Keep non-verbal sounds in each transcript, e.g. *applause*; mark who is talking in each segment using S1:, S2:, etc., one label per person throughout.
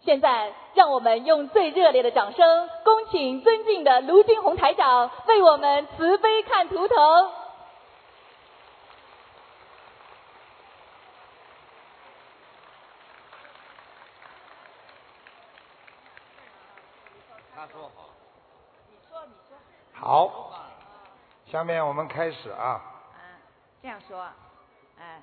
S1: 现在，让我们用最热烈的掌声，恭请尊敬的卢军红台长为我们慈悲看图腾。
S2: 他说好。你说，你说。好，下面我们开始啊。
S3: 啊，这样说，哎，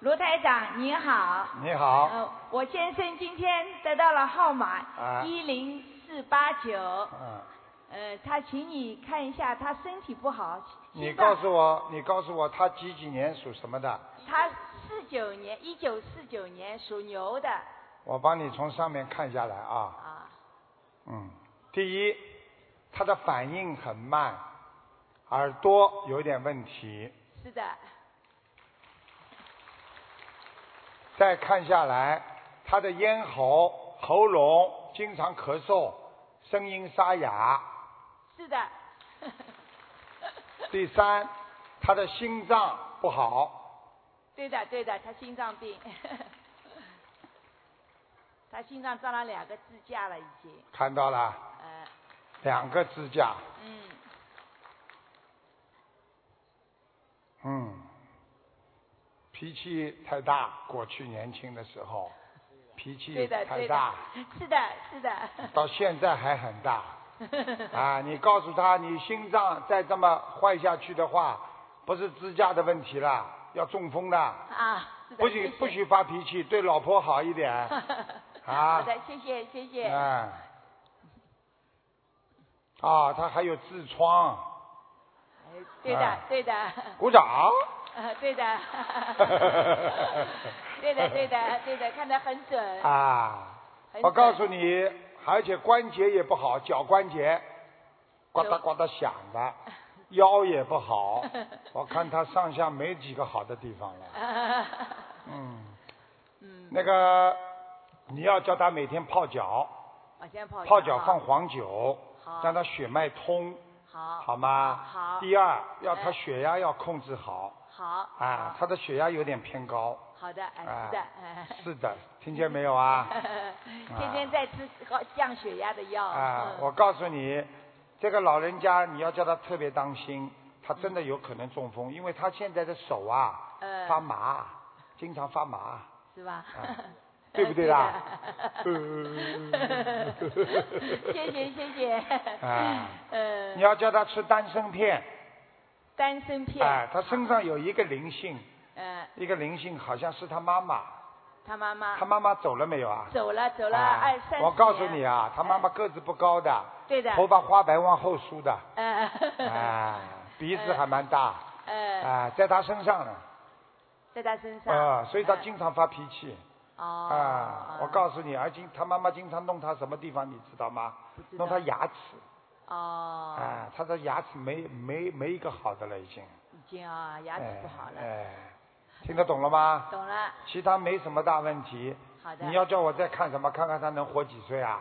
S3: 卢台长您好，
S2: 你好，
S3: 呃，我先生今天得到了号
S2: 啊
S3: 码一零四八九，
S2: 嗯，
S3: 呃，他请你看一下，他身体不好，心
S2: 你
S3: 脏
S2: 告诉我，你告诉我他几几年属什么的？
S3: 他四九年，一九四九年属牛的
S2: 我帮你从上面看下来啊。
S3: 啊，
S2: 嗯，第一，他的反应很慢，耳朵有点问题。
S3: 是的，
S2: 再看下来，他的咽喉、喉咙经常咳嗽，声音沙哑。
S3: 是
S2: *laughs*
S3: 的，
S2: 第三，他的心脏不好。
S3: 对的对的，他心脏病， *laughs* 他心脏装了两个支架了已经，
S2: 看到了，
S3: 呃，
S2: 两个支架。
S3: 嗯，
S2: 嗯，脾气太大，过去年轻的时候，脾气
S3: 对的
S2: 太
S3: 对的
S2: 大，，
S3: *laughs* 是的是的， *laughs*
S2: 到现在还很大。啊，你告诉他，你心脏再这么坏下去的话，不是支架的问题了，要中风的。
S3: 啊，是的
S2: 不许
S3: 谢谢
S2: 不
S3: *laughs*
S2: 许发脾气，对老婆好一点。啊
S3: 好的，谢谢谢谢。
S2: 嗯。啊，他还有痔疮，
S3: 哎对的
S2: 啊
S3: 对的， *laughs*
S2: 鼓掌。
S3: 呃对的，对的对的对的，看得很准。
S2: 啊，
S3: 很
S2: 我
S3: 准
S2: 告诉你，而且关节也不好，脚关节呱嗒呱嗒响
S3: *laughs*
S2: 的，腰也不好。我看他上下没几个好的地方了。嗯。
S3: 嗯，
S2: 那个，你要叫他每天泡脚，
S3: *laughs* 我先泡
S2: 泡脚放
S3: 啊
S2: 黄酒，
S3: 好
S2: 让他血脉通。
S3: 好，
S2: 好吗？
S3: 好
S2: 第二，要他
S3: 哎
S2: 血压要控制好
S3: 好
S2: 啊，
S3: 好
S2: 他的血压有点偏
S3: *laughs*
S2: 高。
S3: 好的，哎
S2: 啊
S3: 是的， *laughs* 哎，
S2: 是的，听见没有啊？
S3: 天天在吃高降血压的药。
S2: 啊，
S3: 嗯
S2: 我告诉你，这个老人家你要叫他特别当心，他真的有可能中风，因为他现在的手啊
S3: 嗯
S2: 发麻，经常发麻。
S3: 是吧 *laughs*
S2: 啊？对
S3: 对
S2: 不对啦 *laughs* 嗯
S3: 谢谢谢谢。
S2: *laughs* 啊
S3: 呃
S2: 你，要叫他吃丹参片，
S3: 丹参片。
S2: 哎，他身上有一个灵性，
S3: 呃，
S2: 一个灵性好像是他妈妈，
S3: 他妈妈。
S2: 他妈妈走了没有啊？
S3: 走了啊走了
S2: 啊
S3: 二三十
S2: 我告诉你
S3: 年，
S2: 啊，他妈妈个子不高的，
S3: 对的
S2: 头发花白往后梳
S3: *laughs*
S2: 的，
S3: 呃，
S2: 啊，鼻
S3: 嗯
S2: 子还蛮大，
S3: *laughs* 呃，
S2: 啊，在他身上呢，
S3: 在他身上，
S2: 啊，所以他
S3: 呃
S2: 经常发脾气，
S3: 哦，
S2: 啊，我告诉你，而经他妈妈经常弄他什么地方，你知道吗
S3: 不？知道
S2: 弄他牙齿，
S3: 哦，
S2: 啊，他的牙齿没没没一个好的了已经，
S3: 已经啊牙齿不好
S2: 哎
S3: 了，
S2: 哎，听得懂了吗？
S3: 懂了，
S2: 其他没什么大问题。
S3: 好的
S2: 你要叫我再看什么？看看他能活几岁啊？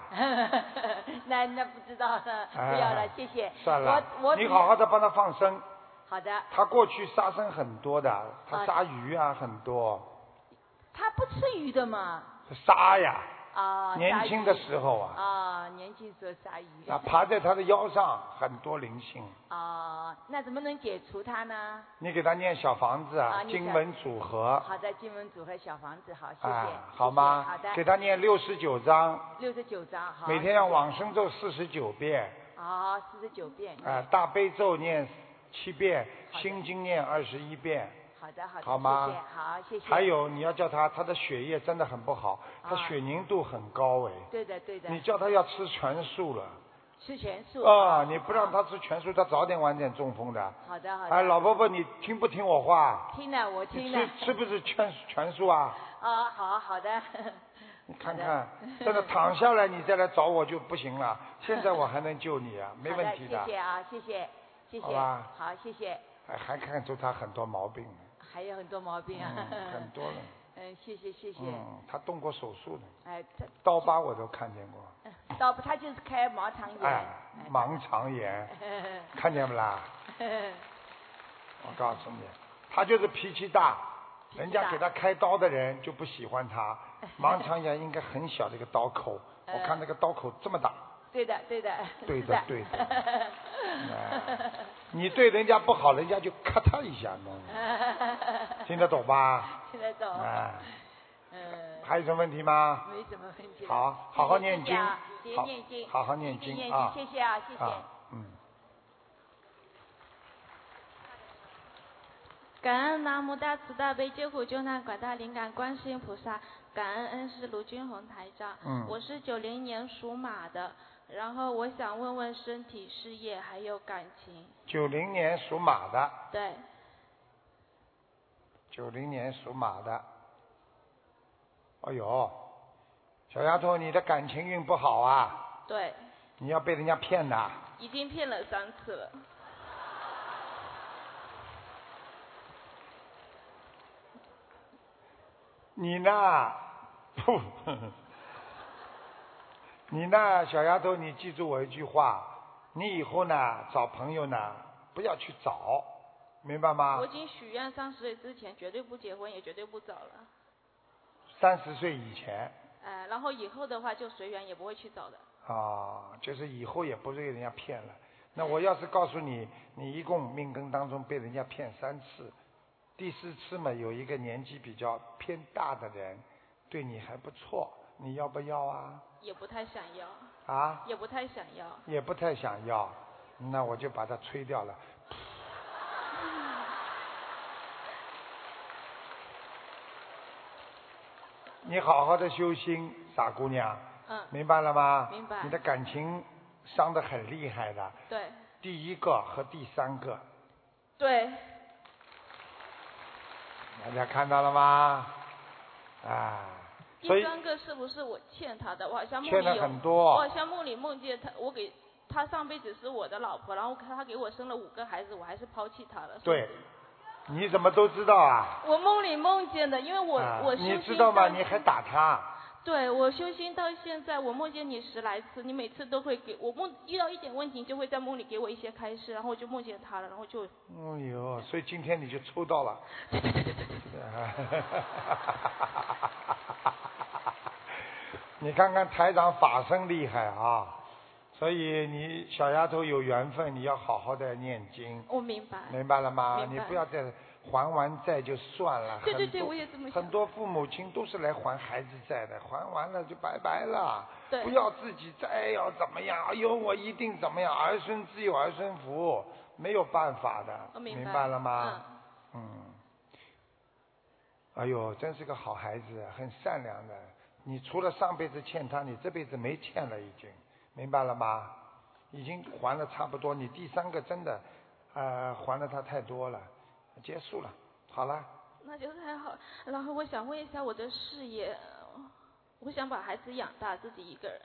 S3: *laughs* 那那不知道了，不
S2: 哎
S3: 要了，谢谢，
S2: 算了，
S3: 我我
S2: 你
S3: 比
S2: 好好的帮他放生。
S3: 好的，
S2: 他过去杀生很多的，他杀鱼啊很多，
S3: 他不吃鱼的嘛，
S2: 杀呀，
S3: 啊，
S2: 年
S3: 鲨
S2: 轻
S3: 鱼
S2: 的时候啊，
S3: 啊，年轻时候鲨鱼，
S2: 啊爬在他的腰上很多灵性。
S3: 啊，那怎么能解除它呢？
S2: 你给他念小房子
S3: 啊你
S2: 经
S3: 想
S2: 文组合
S3: 好的，金文组合小房子，好，谢
S2: 啊
S3: 谢，，
S2: 好吗？
S3: 谢谢好
S2: 给
S3: 的，
S2: 他念六十九章，
S3: 六十九张，好，
S2: 每天要往生咒四十九遍，
S3: 好，四十九遍。
S2: 啊，大悲咒念七遍，
S3: 好的
S2: 心经念二十一遍。
S3: 好的，好的，
S2: 好吗
S3: 谢谢，好，谢谢。
S2: 还，有你要叫他，他的血液真的很不好，他
S3: 啊
S2: 血凝度很高哎。
S3: 对的，对的，
S2: 你叫他要吃全素了
S3: 吃全素
S2: 啊！你不让他吃全素，他早点晚点中风的。
S3: 好的，好的。
S2: 哎，老婆婆，你听不听我话？
S3: 听了，我
S2: 你
S3: 听了
S2: 吃。吃不是全全素啊？
S3: 啊，好好的。
S2: *laughs* 你看
S3: *laughs*
S2: 看，真的躺下来，你再来找我就不行了。现在我还能救你
S3: *laughs*
S2: 啊，没问题
S3: 好谢谢啊，谢谢，谢
S2: 好
S3: 谢。
S2: 吧
S3: 好，谢谢。
S2: 还哎还看出他很多毛
S3: *laughs*
S2: 病呢，
S3: 还有很多毛病啊。
S2: 嗯，很多了。
S3: *laughs* 嗯，谢谢，谢谢。
S2: 嗯，他动过手术的，
S3: 哎，这
S2: 刀疤我都看见
S3: *laughs*
S2: 过。
S3: 倒不，他就是开盲肠炎。
S2: 哎
S3: 哎，
S2: 盲肠
S3: *laughs*
S2: 炎，看见不啦？我告诉你，他就是脾气大，
S4: 脾气
S2: 人家
S4: 大
S2: 给他开刀的人就不喜欢
S3: *laughs*
S2: 他。盲肠炎应该很小的一个刀口，
S4: 呃
S3: 嗯
S2: 我看那个刀口这么大。
S4: 对的，对的，
S2: 对的
S4: 是 *laughs* 的，
S2: 对的你对人家不好，人家就咔嚓一下弄，听得懂吧？
S4: 听得懂，
S3: 哦
S2: 啊，
S4: 嗯，
S2: 还有什么问题吗？
S4: 没什么问题了。
S2: 好，好好
S4: 谢谢
S2: 念经，
S4: 啊姐
S2: 好
S4: 念经，
S2: 好好念
S4: 姐
S2: 经
S4: 念
S2: 啊，
S4: 谢谢啊，谢谢。
S2: 啊，嗯，
S5: 感恩南无大慈大悲救苦救难广大灵感观世音菩萨，感恩恩师卢军红台长。
S2: 嗯
S5: 我是九零年属马的，然后我想问问身体、事业还有感情。
S2: 九零年属马的，
S5: 对，
S2: 九零年属马的，哎呦，小丫头，你的感情运不好啊，
S5: 对，
S2: 你要被人家骗的，
S5: 已经骗了三次了。
S2: 你 *laughs* 呢，噗，呵呵你呢，小丫头，你记住我一句话，你以后呢找朋友呢不要去找，明白吗？
S5: 我已经许愿三十岁之前绝对不结婚，也绝对不找了。
S2: 三十岁以前
S5: 呃，然后以后的话就随缘，也不会去找的。
S2: 啊，就是以后也不被人家骗了。那我要是告诉你，你一共命根当中被人家骗三次，第四次嘛，有一个年纪比较偏大的人对你还不错，你要不要啊？
S5: 也不太想要，
S2: 啊，
S5: 也不太想要。
S2: 也不太想要，那我就把它吹掉了。 *laughs* 你好好的修心，傻姑娘。
S5: 嗯，
S2: 明白了吗？
S5: 明白
S2: 你的感情伤得很厉害的，
S5: 对，
S2: 第一个和第三个，
S5: 对，
S2: 大家看到了吗？啊，所
S5: 第
S2: 以
S5: 三个是不是我欠他的？我好像梦
S2: 欠
S5: 里
S2: 了
S5: 有
S2: 很
S5: 我
S2: 多
S5: 好，像梦里梦见他，我给他上辈子是我的老婆，然后他给我生了五个孩子，我还是抛弃他了。是不是
S2: 对，你怎么都知道啊？
S5: 我梦里梦见的，因为我、
S2: 啊
S5: 我修
S2: 你
S5: 心
S2: 知道吗？
S5: 到
S2: 你还打他，
S5: 对我修心到现在，我梦见你十来次，你每次都会给我梦遇到一点问题，你就会在梦里给我一些开示，然后我就梦见他了，然后就
S2: 哎呦，所以今天你就抽到了。 *laughs* 你看看台长法身厉害啊，所以你小丫头有缘分，你要好好的念经。
S5: 我哦明白。
S2: 明白了吗？
S5: 明
S2: 你
S5: 白
S2: 不要再还完债就算了。
S5: 对对
S2: 很多
S5: 对我也这么想
S2: 很多父母亲都是来还孩子债的，还完了就拜拜了。
S5: 对
S2: 不要自己再要怎么样，哎呦，我一定怎么样，儿孙自有儿孙福，没有办法的。
S5: 我
S2: 明
S5: 哦明白
S2: 了吗？嗯。哎呦，真是个好孩子，很善良的。你除了上辈子欠他，你这辈子没欠了，已经明白了吗？已经还了差不多，你第三个真的，呃，还了他太多了，结束了，好了，
S5: 那就太好。然后我想问一下我的事业，我想把孩子养大，自己一个人。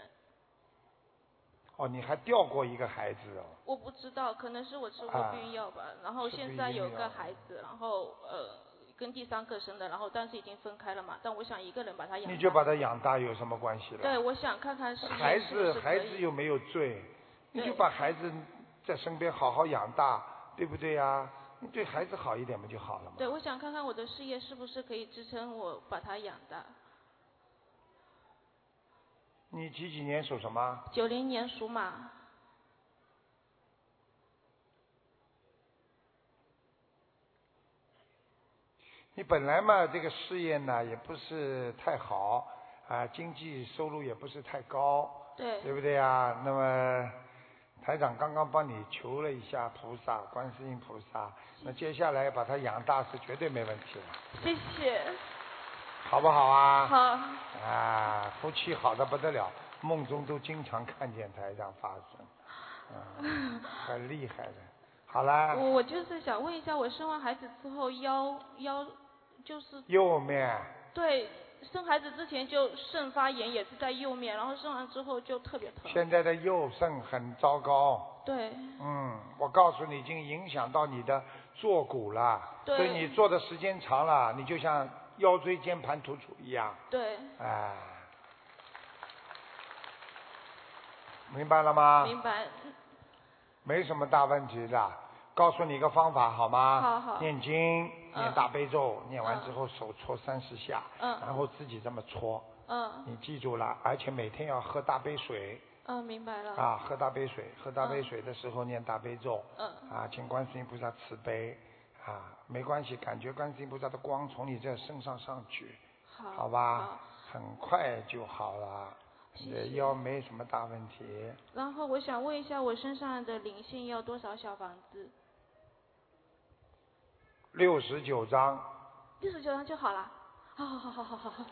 S2: 哦，你还掉过一个孩子哦，
S5: 我不知道，可能是我吃
S2: 啊
S5: 过避孕药吧。然后
S2: 吃
S5: 现
S2: 避
S5: 在
S2: 孕
S5: 有
S2: 药
S5: 个孩子，然后呃跟第三个生的，然后但是已经分开了嘛。但我想一个人把他养大。
S2: 你就把他养大有什么关系了？
S5: 哎对，我想看看是
S2: 孩子孩子
S5: 有
S2: 有没有罪？你
S5: 对
S2: 就把孩子在身边好好养大，对不对呀、你对孩子好一点不就好了吗？
S5: 对，我想看看我的事业是不是可以支撑我把他养大。
S2: 你几几年属什么？
S5: 九零年属马，
S2: 你本来嘛，这个事业呢也不是太好啊，经济收入也不是太高，
S5: 对
S2: 对不对啊？那么台长刚刚帮你求了一下菩萨，观世音菩萨，那接下来把它养大是绝对没问题了，
S5: 谢谢。
S2: 好不好啊？
S5: 好，
S2: 啊，夫妻好的不得了，梦中都经常看见台长发生，啊，很厉害的。好啦，
S5: 我我就是想问一下，我生完孩子之后腰腰就是
S2: 右面
S5: 对，生孩子之前就肾发炎，也是在右面，然后生完之后就特别疼。
S2: 现在的右肾很糟糕。
S5: 对，
S2: 嗯，我告诉你，已经影响到你的坐骨了，
S5: 对
S2: 所以你坐的时间长了，你就像腰椎间盘突出一样，
S5: 对，
S2: 哎，明白了吗？
S5: 明白。
S2: 啊没什么大问题的，告诉你一个方法好吗？
S5: 好好
S2: 念经，
S5: 嗯
S2: 念大悲咒，念完之后手搓三十下，
S5: 嗯
S2: 然后自己这么搓。
S5: 嗯
S2: 你记住了，而且每天要喝大杯水
S5: 嗯，明白了。
S2: 啊，喝大杯水，喝大杯
S5: 嗯
S2: 水的时候念大悲咒，
S5: 嗯
S2: 啊，请观世音菩萨慈悲啊，没关系，感觉观世音菩萨的光从你这身上上去，
S5: 好。
S2: 好吧，很快就好了，你的
S5: 谢谢
S2: 腰没什么大问题。
S5: 然后我想问一下，我身上的灵性要多少小房子？
S2: 六十九章，
S5: 六十九张就好了。好好好好好好好，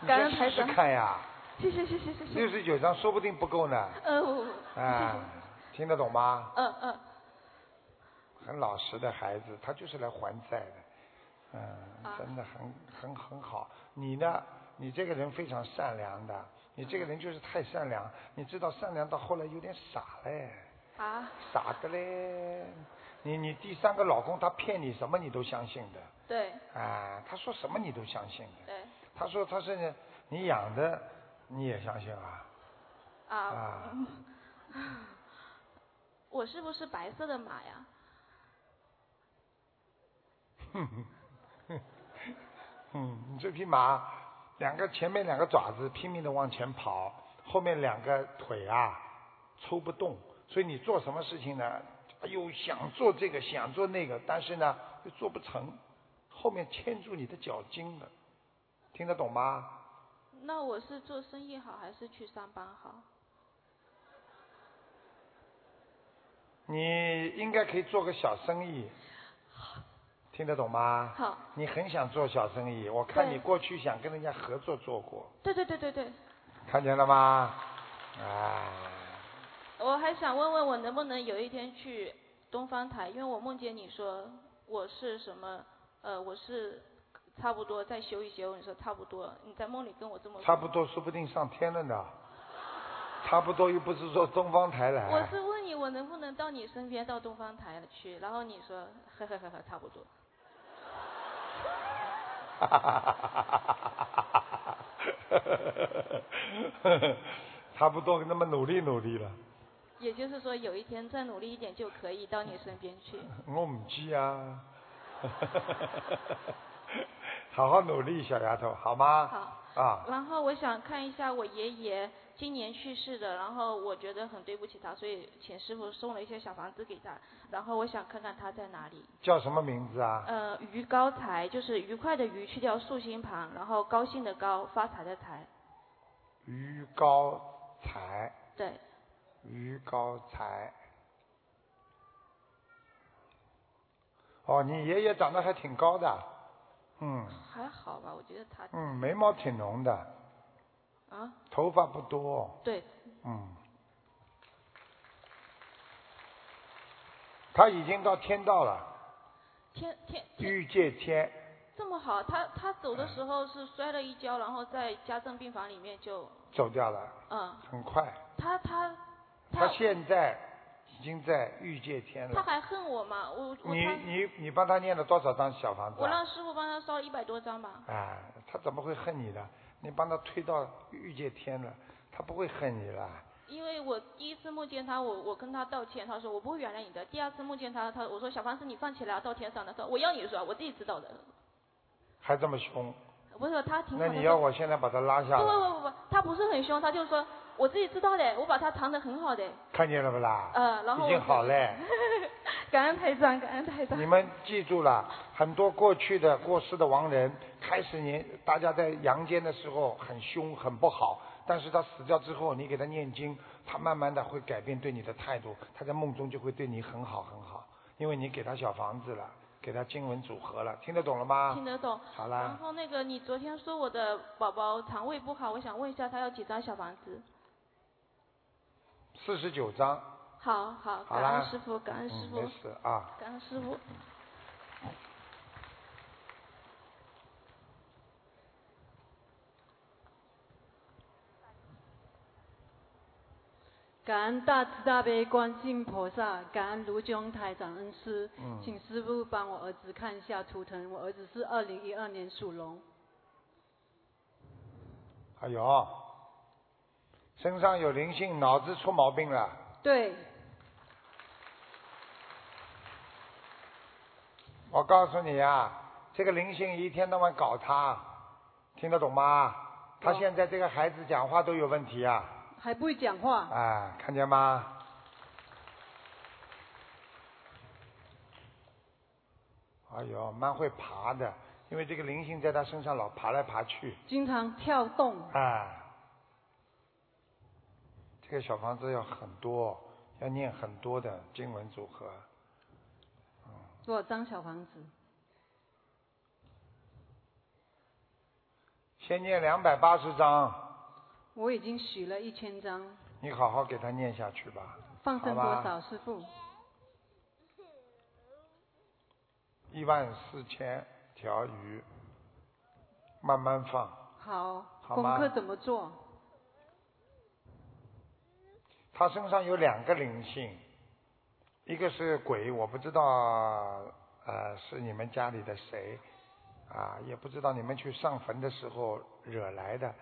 S2: 你
S5: 感
S2: 再
S5: 恩
S2: 试
S5: 台
S2: 试
S5: 长
S2: 看呀，
S5: 谢谢谢谢谢
S2: 六
S5: 谢。
S2: 十九章说不定不够呢，
S5: 呃，我
S2: 啊，听得懂吗？
S5: 嗯嗯
S2: 很老实的孩子，他就是来还债的，嗯
S5: 啊，
S2: 真的很很很好。你呢？你这个人非常善良的，你这个人就是太善良，你知道善良到后来有点傻嘞，
S5: 啊，
S2: 傻的嘞。你你第三个老公他骗你什么你都相信的，
S5: 对
S2: 啊，他说什么你都相信的，
S5: 对
S2: 他说他是你养的，你也相信啊？
S5: 啊
S2: 啊，
S5: 嗯我是不是白色的马呀？
S2: 嗯，你这匹马，两个前面两个爪子拼命的往前跑，后面两个腿啊抽不动，所以你做什么事情呢？哎呦，想做这个想做那个，但是呢又做不成，后面牵住你的脚筋了，听得懂吗？
S5: 那我是做生意好还是去上班好？
S2: 你应该可以做个小生意，听得懂吗？
S5: 好，
S2: 你很想做小生意，我看
S5: 对
S2: 你过去想跟人家合作做过，
S5: 对对对对对，
S2: 看见了吗？啊，
S5: 我还想问问我能不能有一天去东方台，因为我梦见你说我是什么，呃，我是差不多再修一修，你说差不多，你在梦里跟我这么说，
S2: 差不多说不定上天了呢，差不多又不是说东方台来。
S5: 我是问你，我能不能到你身边，到东方台去？然后你说，呵呵呵呵，差不多。
S2: *laughs* 差不多那么努力努力了，
S5: 也就是说，有一天再努力一点就可以到你身边
S2: *laughs*
S5: 去。
S2: 我唔知啊。 *laughs* 好好努力，小丫头，好吗？
S5: 好。
S2: 啊，
S5: 然后我想看一下我爷爷今年去世的，然后我觉得很对不起他，所以请师傅送了一些小房子给他。然后我想看看他在哪里。
S2: 叫什么名字啊？
S5: 呃，于高才就是愉快的愉去掉竖心旁，然后高兴的高，发财的财。
S2: 于高才，
S5: 对，
S2: 于高才。哦，你爷爷长得还挺高的，啊嗯
S5: 还好吧，我觉得他
S2: 嗯，眉毛挺浓的，
S5: 啊，
S2: 头发不多，
S5: 对，
S2: 嗯。他已经到天道了，
S5: 天天天
S2: 欲界天，
S5: 这么好，他他走的时候是摔了一跤，然后在家政病房里面就，
S2: 走掉了，
S5: 嗯，
S2: 很快。
S5: 他他
S2: 他
S5: 他
S2: 现在已经在欲界天
S5: 他
S2: 了。
S5: 还恨我嘛？我我
S2: 你
S5: 他
S2: 你你帮他念了多少张小房子、啊？
S5: 我让师傅帮他烧了一百多张吧。
S2: 啊，他怎么会恨你呢？你帮他推到欲界天了，他不会恨你了。
S5: 因为我第一次梦见他，我我跟他道歉，他说我不会原谅你的。第二次梦见他，他我说小房子你放起来啊到天上的，他说我要你说，我自己知道的。
S2: 还这么凶，
S5: 不是他挺好
S2: 那
S5: 的。
S2: 你要我现在把他拉下
S5: 不
S2: 来，
S5: 不不不，他不是很凶，他就说我自己知道的，我把他藏得很好的。
S2: 看见了不啦？
S5: 呃，然后
S2: 啊已
S5: 我
S2: 经好嘞。
S5: *laughs* 感恩台长，感恩台长
S2: 你。们记住了，很多过去的过世的亡人，开始年大家在阳间的时候很凶很不好，但是他死掉之后，你给他念经，他慢慢的会改变对你的态度，他在梦中就会对你很好很好，因为你给他小房子了，给他经文组合了，听得懂了吗？
S5: 听得懂。
S2: 好
S5: 然
S2: 啦，
S5: 后那个，你昨天说我的宝宝肠胃不好，我想问一下他要几张小房子？
S2: 四十九章，
S5: 好好，
S2: 好
S5: 感
S2: 啦
S5: 恩师傅，感恩师
S2: 嗯，
S5: 傅
S2: 没，事啊。
S5: 感恩师傅。
S6: 感恩大慈大悲观世音菩萨，感恩卢炯台长恩师，
S2: 嗯
S6: 请师傅帮我儿子看一下图腾，我儿子是二零一二年属龙，
S2: 哎呦，身上有灵性，脑子出毛病了，
S6: 对，
S2: 我告诉你啊，这个灵性一天到晚搞他，听得懂吗？他现在这个孩子讲话都有问题啊！
S6: 还不会讲话，
S2: 哎，看见吗？哎呦，蛮会爬的，因为这个灵性在他身上老爬来爬去。
S6: 经常跳动，
S2: 啊，这个小房子要很多，要念很多的经文组合。
S6: 多少张小房子？
S2: 先念两百八十章，
S6: 我已经许了一千张，
S2: 你好好给他念下去吧。
S6: 放生
S2: 好吧
S6: 多少，师傅？
S2: 一万四千条鱼，慢慢放。
S6: 好，
S2: 好
S6: 功
S2: 吗
S6: 课怎么做？
S2: 他身上有两个灵性，一个是鬼，我不知道呃是你们家里的谁啊，也不知道你们去上坟的时候惹来的，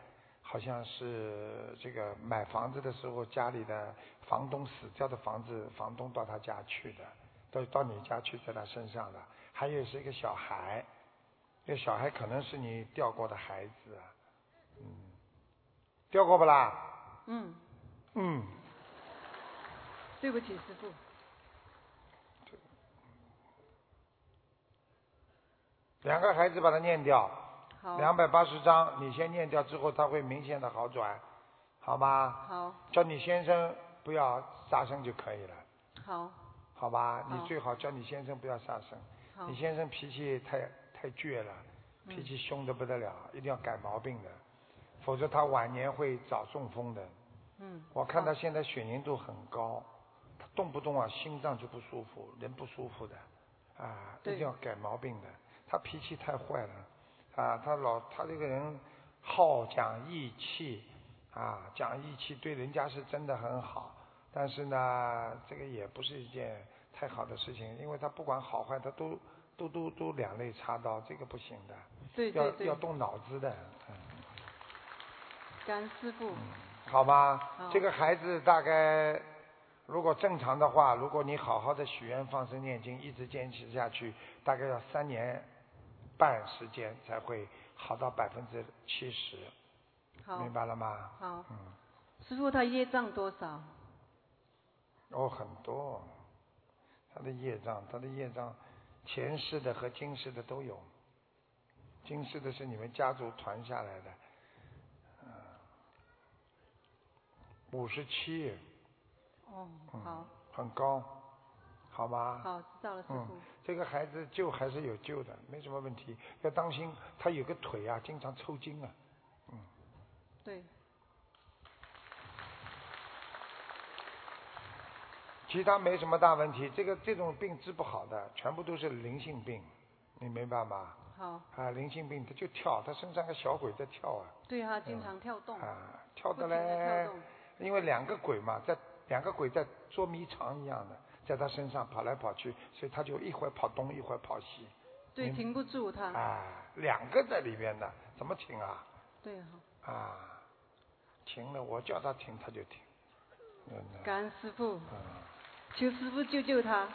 S2: 好像是这个买房子的时候家里的房东死掉的房子，房东到他家去的，到到你家去，在他身上的，还有是一个小孩，这个小孩可能是你掉过的孩子，嗯，掉过不啦？
S6: 嗯，
S2: 嗯，
S6: 对不起，师傅，
S2: 两个孩子把它念掉，
S6: 好，
S2: 两百八十章，你先念掉之后，他会明显的好转，好吗？
S6: 好，
S2: 叫你先生不要杀生就可以了，
S6: 好，
S2: 好吧？你
S6: 好
S2: 最好叫你先生不要杀生，
S6: 好嗯
S2: 你，先生脾气太太倔了，脾气凶的不得了，一定要改毛病的，否则他晚年会早中风的。
S6: 嗯，
S2: 我看他现在血凝度很高，他动不动啊心脏就不舒服，人不舒服的，啊，一
S6: 对
S2: 定要改毛病的。他脾气太坏了，啊，他老他这个人好讲义气，啊，讲义气对人家是真的很好，但是呢，这个也不是一件太好的事情，因为他不管好坏，他都都都都两肋插刀，这个不行的，
S6: 对
S2: 要
S6: 对
S2: 要
S6: 对，
S2: 动脑子的。嗯
S6: 感恩师傅，
S2: 好吧，
S6: 好
S2: 这个孩子大概如果正常的话，如果你好好的许愿、放生、念经，一直坚持下去，大概要三年半时间才会好到百分之七十，
S6: 好
S2: 明，白了吗？
S6: 好，
S2: 嗯，
S6: 师傅他业障多少？
S2: 哦，很多，他的业障，他的业障，前世的和今世的都有，今世的是你们家族传下来的，呃五十七。
S6: 哦，
S2: 嗯
S6: 好，
S2: 很高，好吗？
S6: 好，知道了，师
S2: 嗯
S6: 傅，
S2: 这个孩子救还是有救的，没什么问题。要当心，他有个腿啊，经常抽筋啊。
S6: 对，
S2: 其他没什么大问题，这个这种病治不好的，全部都是灵性病，你明白吗？
S6: 好，
S2: 啊，灵性病他就跳，他身上个小鬼在跳啊，
S6: 对他经常跳动，
S2: 啊，跳
S6: 不
S2: 的
S6: 停的跳
S2: 嘞，
S6: 动，
S2: 因为两个鬼嘛，在两个鬼在捉迷藏一样的，在他身上跑来跑去，所以他就一会儿跑东，一会儿跑西，
S6: 对，
S2: 嗯
S6: 停不住他，
S2: 啊，两个在里边的，怎么停啊？
S6: 对，好，
S2: 啊，停了，我叫他停他就停。嗯，
S6: 感恩师傅，
S2: 嗯
S6: 求师傅救救他，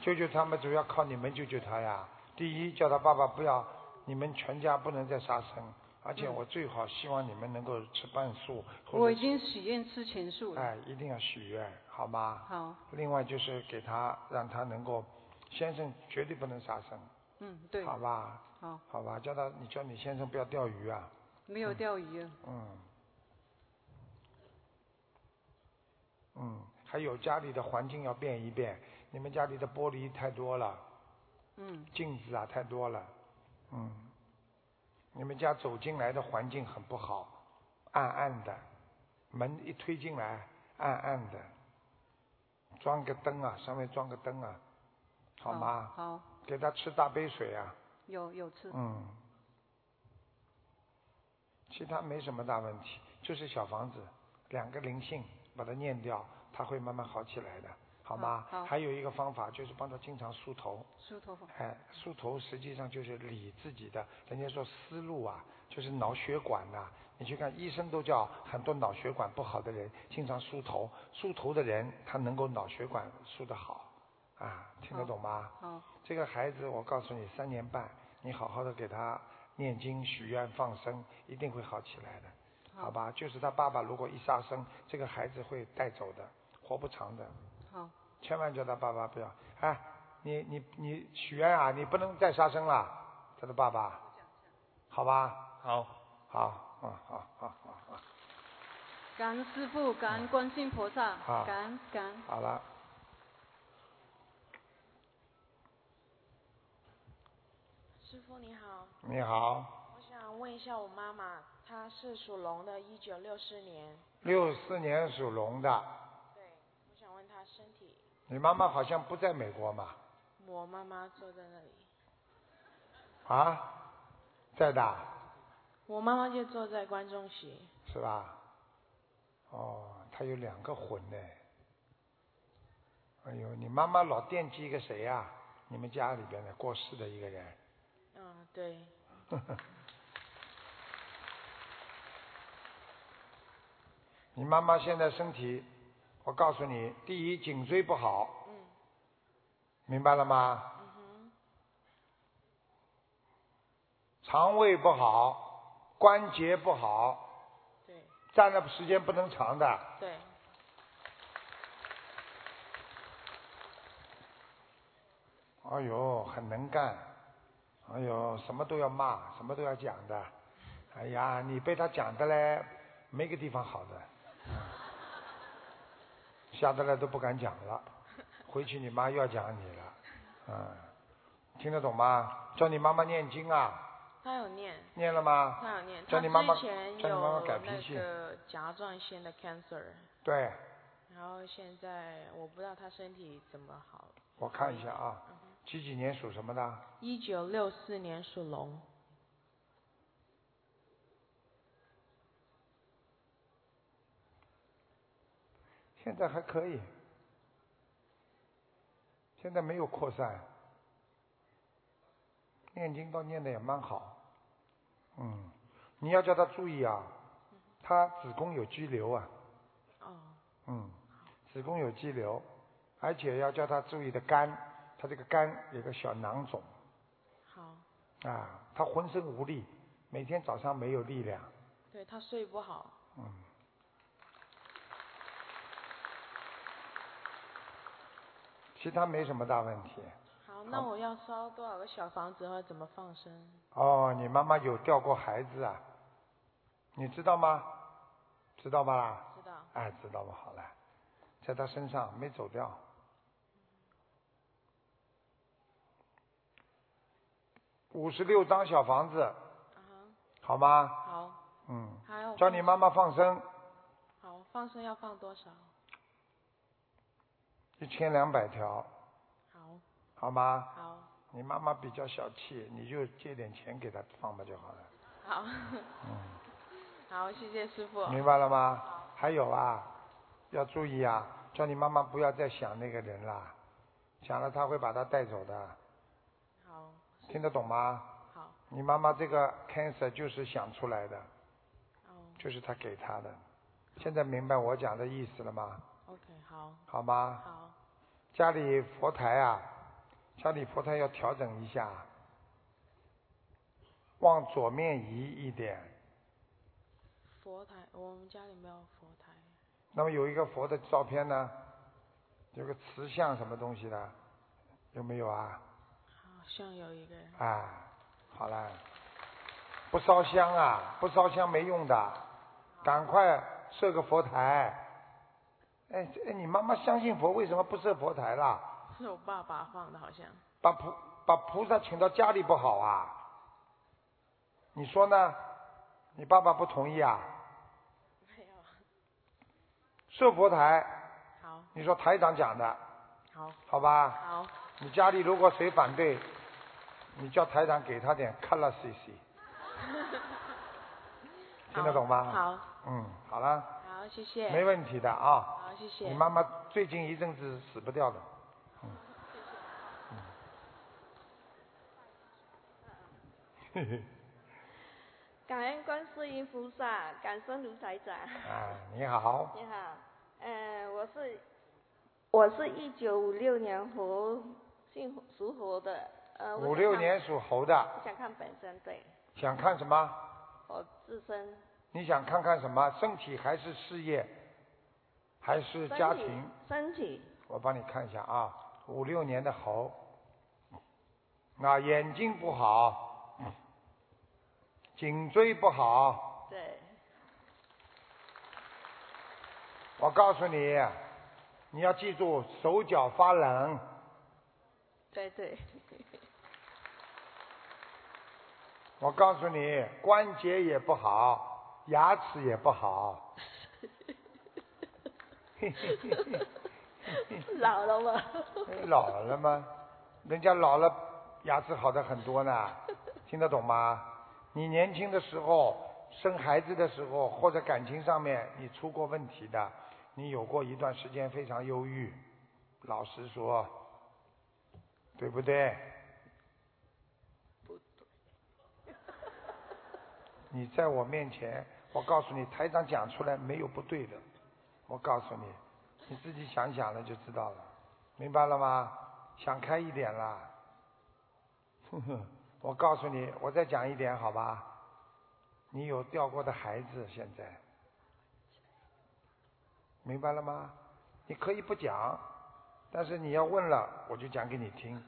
S2: 救救他们主要靠你们救救他呀。第一，叫他爸爸不要，你们全家不能再杀生，而且我最好希望你们能够吃半素，
S6: 我
S2: 或
S6: 已
S2: 者是
S6: 经许愿吃全素了，
S2: 哎一定要许愿，好吗？
S6: 好，
S2: 另外就是给他，让他能够，先生绝对不能杀生，
S6: 嗯，对，
S2: 好吧？
S6: 好，
S2: 好吧，叫他你叫你先生不要钓鱼啊，
S6: 没有钓鱼了，
S2: 嗯，嗯，还有家里的环境要变一变，你们家里的玻璃太多了，
S6: 嗯，
S2: 镜子啊太多了，嗯，你们家走进来的环境很不好，暗暗的，门一推进来暗暗的，装个灯啊，上面装个灯啊，好吗？
S6: 好，
S2: 给他吃大杯水啊，
S6: 有有吃，
S2: 嗯，其他没什么大问题，就是小房子两个灵性把它念掉，它会慢慢好起来的，好吗？
S6: 好好
S2: 还有一个方法就是帮他经常梳头，
S6: 梳头发，
S2: 哎，梳头实际上就是理自己的，人家说思路啊，就是脑血管呐、你去看医生都叫很多脑血管不好的人经常梳头，梳头的人他能够脑血管梳得好，啊，听得懂吗？
S6: 好，
S2: 这个孩子，我告诉你，三年半，你好好的给他念经、许愿、放生，一定会好起来的，好吧？就是他爸爸如果一杀生，这个孩子会带走的，活不长的。
S6: 好，
S2: 千万叫他爸爸不要。哎，你你你许愿啊，你不能再杀生了，他的爸爸，好吧？
S7: 好，
S2: 好，嗯，好好好好，
S6: 感恩师傅，感恩观世音菩萨
S2: 好，
S6: 感恩感恩。
S2: 好了。
S5: 师傅你好，
S2: 你好，
S5: 我想问一下我妈妈，她是属龙的，一九六四年。
S2: 六四年属龙的，
S5: 对，我想问她身体。
S2: 你妈妈好像不在美国嘛？
S5: 我妈妈坐在那里，
S2: 啊，在的啊。
S5: 我妈妈就坐在观众席。
S2: 是吧？哦，他有两个魂呢。哎呦，你妈妈老惦记一个谁呀、啊你们家里边的过世的一个人。
S5: 嗯，对，
S2: 你妈妈现在身体，我告诉你，第一颈椎不好，
S5: 嗯
S2: 明白了吗？
S5: 嗯哼，
S2: 肠胃不好，关节不好，
S5: 对
S2: 站的时间不能长的。
S5: 对，
S2: 哎呦，很能干，哎呦，什么都要骂，什么都要讲的。哎呀，你被他讲的嘞，没个地方好的，嗯吓得嘞都不敢讲了。回去你妈又要讲你了，嗯，听得懂吗？叫你妈妈念经啊，
S5: 她有念，
S2: 念了吗？
S5: 她有念，
S2: 叫
S5: 她
S2: 你妈妈
S5: 之前
S2: 叫你
S5: 有
S2: 妈妈改脾气
S5: 那个甲状腺的 cancer，
S2: 对，
S5: 然后现在我不知道她身体怎么好。
S2: 我看一下啊，几几年属什么的？
S5: 一九六四年属龙，
S2: 现在还可以，现在没有扩散，念经倒念的也蛮好，嗯，你要叫他注意啊，他子宫有肌瘤啊，
S5: 哦，
S2: 嗯，子宫有肌瘤，而且要叫他注意的肝，他这个肝有个小囊肿
S5: 好，
S2: 啊，他浑身无力，每天早上没有力量，
S5: 对她睡不好，
S2: 嗯，其他没什么大问题。
S5: 好，那
S2: 好
S5: 我要烧多少个小房子和怎么放生？
S2: 哦，你妈妈有掉过孩子啊？你知道吗？知道吧啦？
S5: 知道，
S2: 哎，知道吧？好了，在她身上没走掉。五十六张小房子，
S5: 啊
S2: 好吗？
S5: 哈，好，
S2: 嗯，
S5: 还有
S2: 叫你妈妈放生
S5: 好放生要放多少？
S2: 一千两百条，
S5: 好，
S2: 好吗？
S5: 好，
S2: 你妈妈比较小气，你就借点钱给她放吧就好了。
S5: 好，
S2: 嗯
S5: *laughs* 好，谢谢师傅。
S2: 明白了吗？还有啊，要注意啊，叫你妈妈不要再想那个人啦，想了她会把他带走的，
S5: 好，
S2: 听得懂吗？
S5: 好，
S2: 你妈妈这个 cancer 就是想出来的，
S5: 哦
S2: 就是他给她的。现在明白我讲的意思了吗？
S5: ，OK，好，
S2: 好吗？
S5: 好，
S2: 家里佛台啊，家里佛台要调整一下，往左面移一点。
S5: 佛台，我们家里没有佛台，
S2: 那么有一个佛的照片呢，有个慈像什么东西的，有没有啊？
S5: 好像有一个
S8: *laughs*
S5: 人，
S2: 啊，好了，不烧香啊，不烧香没用的，赶快设个佛台。哎，这哎，你妈妈相信佛，为什么不设佛台啦？
S5: 是我爸爸放的，好像，
S2: 把菩把菩萨请到家里不好啊？你说呢？你爸爸不同意啊？
S5: 没有，
S2: 设佛台，
S5: 好，
S2: 你说台长讲的，
S5: 好，
S2: 好吧？
S5: 好，
S2: 你家里如果谁反对，你叫台长给他点 color
S5: *laughs*
S2: CC，听得懂吗？
S5: 好，
S2: 嗯，好了，
S5: 好，谢谢，
S2: 没问题的啊。
S5: 好，谢
S2: 你
S5: 谢，
S2: 妈妈最近一阵子死不掉的，嗯。嘿
S9: 感恩观世音菩萨，
S5: *laughs*
S9: 感恩卢台长。
S2: 哎嘿，啊，你好，
S9: 你好，嗯、我是
S8: 呃我是一九五六年猴，姓属猴的。呃，我
S2: 五
S8: 想
S2: 六
S8: 看
S2: 年属猴的，
S8: 我想看本身，对
S2: 想看什么？
S8: 我自身
S2: 你想看看什么？身体还是事业，还是
S8: 身
S2: 家
S8: 体
S2: 庭？
S8: 身体
S2: 我帮你看一下啊，五六年的猴，啊，眼睛不好，颈椎不好。
S8: 对，
S2: 我告诉你，你要记住，手脚发冷，
S8: 对对，
S2: 我告诉你，关节也不好，牙齿也不好。嘿嘿嘿嘿
S8: 老了 *laughs* 嘛，
S2: *laughs* 老了吗？人家老了牙齿好的很多呢，听得懂吗？你年轻的时候生孩子的时候，或者感情上面你出过问题的，你有过一段时间非常忧郁，老实说，对不对？你在我面前，我告诉你，台长讲出来没有不对的，我告诉你，你自己想想了就知道了。明白了吗？想开一点啦。 *laughs* 哼哼，我告诉你，我再讲一点好吧？你有掉过的孩子，现在明白了吗？你可以不讲，但是你要问了，我就讲给你听。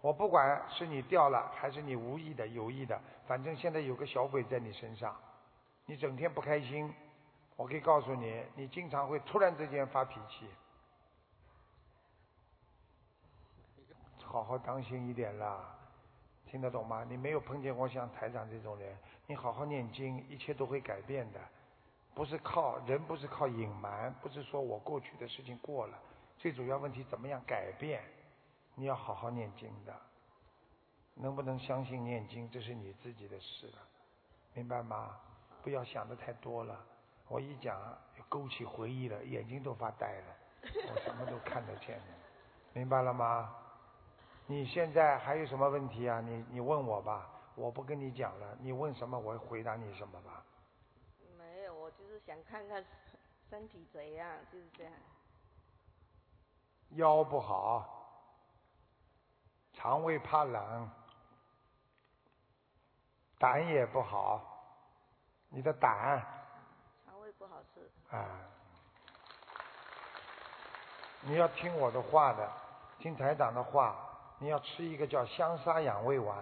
S2: 我不管是你掉了，还是你无意的、有意的，反正现在有个小鬼在你身上，你整天不开心，我可以告诉你，你经常会突然之间发脾气。好好当心一点啦，听得懂吗？你没有碰见过像台长这种人，你好好念经，一切都会改变的。不是靠人，不是靠隐瞒，不是说我过去的事情过了，最主要问题怎么样改变，你要好好念经的。能不能相信念经，这是你自己的事了，明白吗？不要想的太多了，我一讲勾起回忆了，眼睛都发呆了，我什么都看得见了，明白了吗？你现在还有什么问题啊？你你问我吧，我不跟你讲了，你问什么我回答你什么吧。
S8: 没有，我就是想看看身体怎样，就是这样。
S2: 腰不好，肠胃怕冷，胆也不好，你的胆
S8: 肠胃不好吃，
S2: 啊，你要听我的话的，听台长的话，你要吃一个叫香砂养胃丸，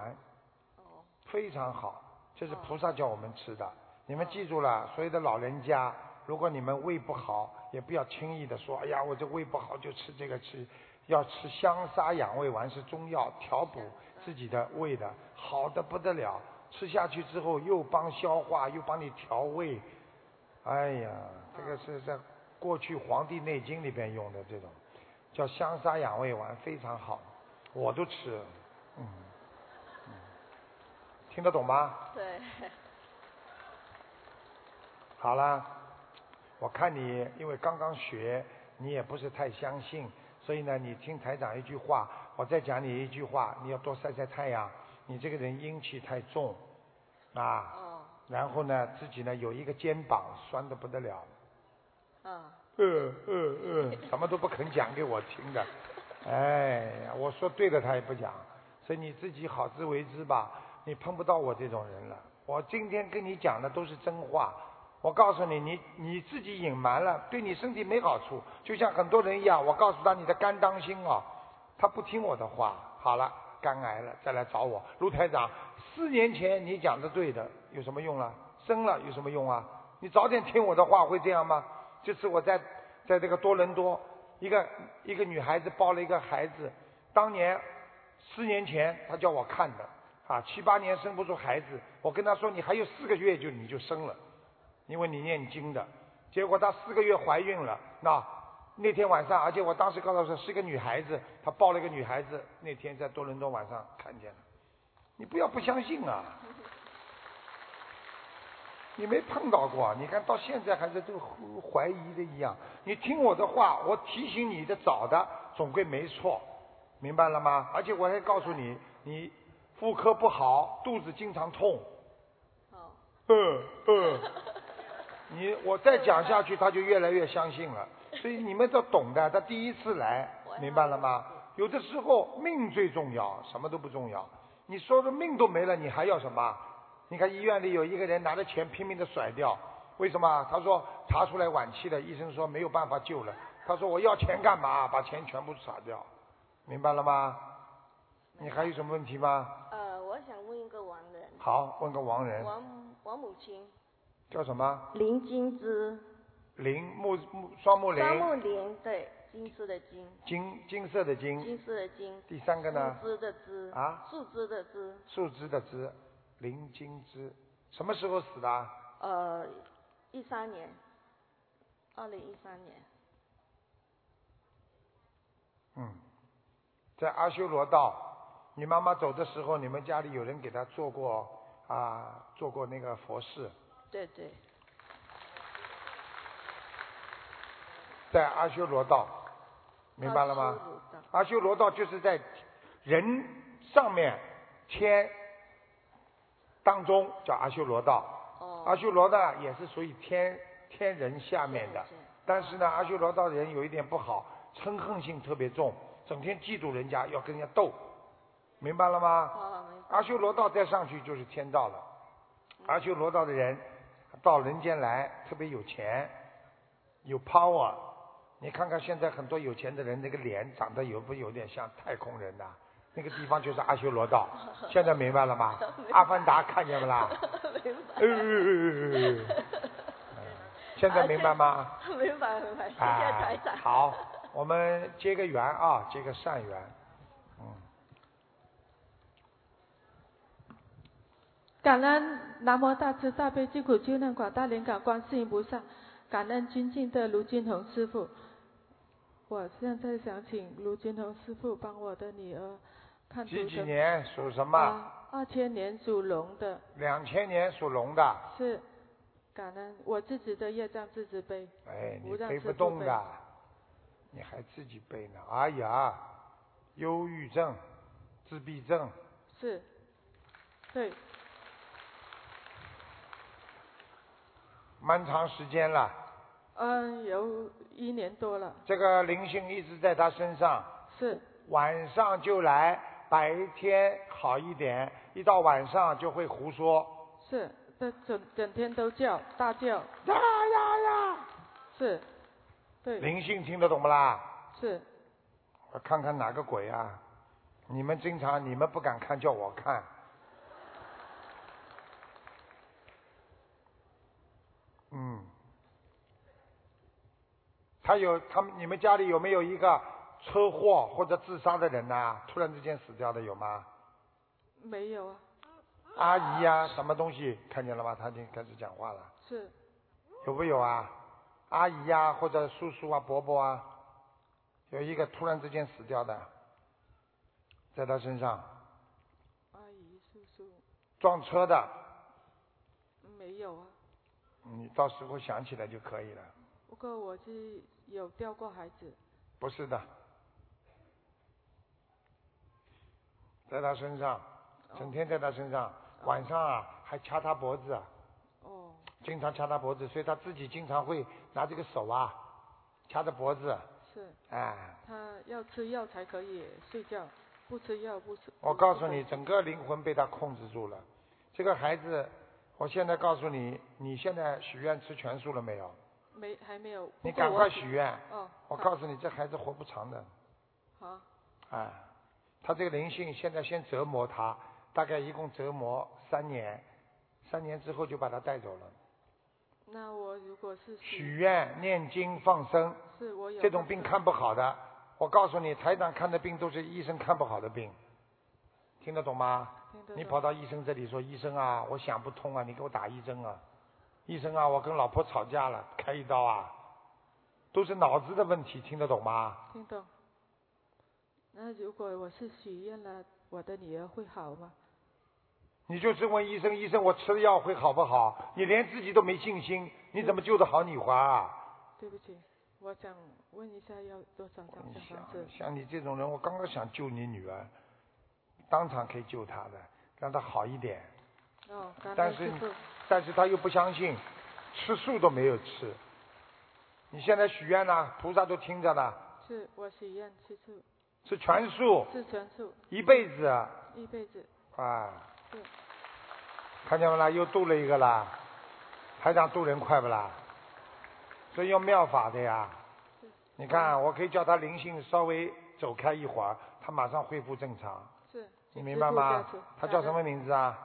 S8: 哦，
S2: 非常好，这是菩萨叫我们吃的。你们记住了，所有的老人家，如果你们胃不好，也不要轻易的说，哎呀，我这胃不好就吃这个吃，要吃香砂养胃丸是中药，调补自己的胃的，好的不得了。吃下去之后，又帮消化，又帮你调胃。哎呀，这个是在过去《黄帝内经》里边用的这种，叫香砂养胃丸，非常好，我都吃。嗯，嗯听得懂吗？
S8: 对，
S2: 好啦，我看你因为刚刚学，你也不是太相信，所以呢，你听台长一句话，我再讲你一句话，你要多晒晒太阳。你这个人阴气太重，啊，
S8: 哦，
S2: 然后呢，自己呢有一个肩膀酸的不得了，
S4: *laughs*
S8: *laughs* 嗯，
S2: 呃呃呃，什么都不肯讲给我听的。哎呀，我说对的他也不讲，所以你自己好自为之吧。你碰不到我这种人了。我今天跟你讲的都是真话。我告诉你，你你自己隐瞒了，对你身体没好处。就像很多人一样，我告诉他你的肝当心哦，他不听我的话。好了，肝癌了再来找我，卢台长，四年前你讲的对的，有什么用啊？生了有什么用啊？你早点听我的话，会这样吗？这次我在在这个多伦多，一个一个女孩子抱了一个孩子，当年四年前她叫我看的，啊，七八年生不出孩子，我跟她说你还有四个月就你就生了，因为你念经的，结果她四个月怀孕了，那那天晚上，而且我当时告诉她说是一个女孩子，她抱了一个女孩子，那天在多伦多晚上看见了，你不要不相信啊。你没碰到过，你看到现在还是都怀疑的一样。你听我的话，我提醒你的早的总归没错，明白了吗？而且我还告诉你，你妇科不好，肚子经常痛。
S8: 哦，
S2: 嗯嗯，你我再讲下去，他就越来越相信了。所以你们都懂的，他第一次来，明白了吗？有的时候命最重要，什么都不重要。你说的命都没了，你还要什么？你看医院里有一个人拿着钱拼命的甩掉，为什么？他说查出来晚期的，医生说没有办法救了。他说我要钱干嘛？把钱全部撒掉，明白了吗？你还有什么问题吗？
S8: 呃，我想问一个亡人，
S2: 好，问个亡人，
S8: 我母我母亲
S2: 叫什么？
S8: 林金枝，
S2: 林木木双木林，
S8: 张木林，对，金丝的金，
S2: 金金色的金。
S8: 金丝的金，
S2: 第三个呢？
S8: 树枝的枝，
S2: 啊，
S8: 树枝的枝，
S2: 树枝的枝，林金枝，什么时候死的啊？
S8: 呃，一三年，二零一三年，
S2: 嗯，在阿修罗道，你妈妈走的时候，你们家里有人给她做过啊，做过那个佛事，
S8: 对对，
S2: 在阿修罗道，明白了
S8: 阿
S2: 吗
S8: 修罗道？
S2: 阿修罗道就是在人上面天当中叫阿修罗道，
S8: 哦，
S2: 阿修罗呢也是属于天天人下面的，但是呢，阿修罗道的人有一点不好，嗔恨性特别重，整天嫉妒人家，要跟人家斗，明白了吗？
S8: 哦，明白
S2: 阿修罗道再上去就是天道了。阿修罗道的人到人间来，特别有钱，有 power。你看看现在很多有钱的人，那个脸长得有不有点像太空人呐、那个地方就是阿修罗
S8: *laughs*
S2: 道，现在明白了吗？阿凡达看见不哎啦？明白。哎现在明白吗？
S8: 明白明 *laughs* 白，谢谢
S2: 哎
S8: 台长。
S2: 好，我们结个缘啊，结个善缘。嗯，
S10: 感恩南无大慈大悲救苦救难广大灵感观世音菩萨，感恩尊敬的卢军红师傅。我现在想请卢军红师傅帮我的女儿
S8: 嗯
S10: 看图
S2: 几几
S10: 腾。
S2: 年属什么？
S10: 啊，二千年属龙的
S2: 两千年属龙的。
S10: 是，感恩我自己的业障自己背。
S2: 哎，你
S10: 无障
S2: 背
S10: 自
S2: 不
S10: 负
S2: 动
S10: 背
S2: 的，你还自己背呢。哎呀，忧郁症、自闭症，
S10: 是，对，
S2: 蛮长时间了。
S10: 嗯，有一年多了，
S2: 这个灵性一直在他身上，
S10: 是
S2: 晚上就来，白天好一点，一到晚上就会胡说。
S10: 是，这整整天都叫大叫，
S2: 呀呀呀！
S10: 是，对，
S2: 灵性听得懂不啦？
S10: 是
S2: 我看看哪个鬼啊！你们经常你们不敢看，叫我看。嗯，他有他们你们家里有没有一个车祸或者自杀的人呐、突然之间死掉的有吗？
S10: 没有啊，
S2: 阿姨呀、什么东西看见了吗？他已经开始讲话了，
S10: 是
S2: 有没有啊？阿姨呀、或者叔叔啊、伯伯啊，有一个突然之间死掉的，在他身上。
S10: 阿姨叔叔
S2: 撞车的，
S10: 没有啊。
S2: 你到时候想起来就可以了。
S10: 不过我是有掉过孩子，
S2: 不是的，在他身上，
S10: 哦
S2: 整天在他身上，晚上啊还掐他脖子，啊
S10: 哦，
S2: 经常掐他脖子，所以他自己经常会拿这个手啊掐着脖子，啊
S10: 是
S2: 哎，
S10: 他要吃药才可以睡觉，不吃药不吃。
S2: 我告诉你，整个灵魂被他控制住了。这个孩子，我现在告诉你，你现在许愿吃全素了没有？
S10: 没还没有。
S2: 你
S10: 不过
S2: 赶
S10: 我
S2: 快许愿，
S10: 哦，
S2: 我
S10: 好
S2: 告诉你，这孩子活不长的。
S10: 好，
S2: 啊，他这个灵性现在先折磨他，大概一共折磨三年，三年之后就把他带走了。
S10: 那我如果是
S2: 许愿、念经、放生，
S10: 是我有
S2: 这种病看不好的，我告诉你，台长看的病都是医生看不好的病，听得懂吗？
S10: 听得
S2: 你
S10: 懂
S2: 跑到医生这里说，医生啊，我想不通啊，你给我打一针啊。医生啊，我跟老婆吵架了，开一刀啊，都是脑子的问题，听得懂吗？
S10: 听懂。那如果我是许愿了，我的女儿会好吗？
S2: 你就是问医生，医生我吃了药会好不好？你连自己都没信心，你怎么救得好你花啊？
S10: 对不起，我想问一下要多少张
S2: 你
S10: 小
S2: 想
S10: 房子？
S2: 像你这种人，我刚刚想救你女儿，当场可以救她的，让她好一点。
S10: 哦，感
S2: 但
S10: 恩
S2: 是
S10: 师
S2: 你
S10: 傅。
S2: 但是她又不相信，吃素都没有吃，你现在许愿呢、菩萨都听着了，
S10: 是我许愿吃素，
S2: 是全素，
S10: 是全素，
S2: 一辈子
S10: 一辈子。
S2: 啊
S10: 对。
S2: 看见没啦？又渡了一个啦，台长渡人快不啦？所以用妙法的呀。你看，我可以叫他灵性稍微走开一会儿，他马上恢复正常，
S10: 是。
S2: 你明白吗
S10: 师父加持？
S2: 他叫什么名字啊？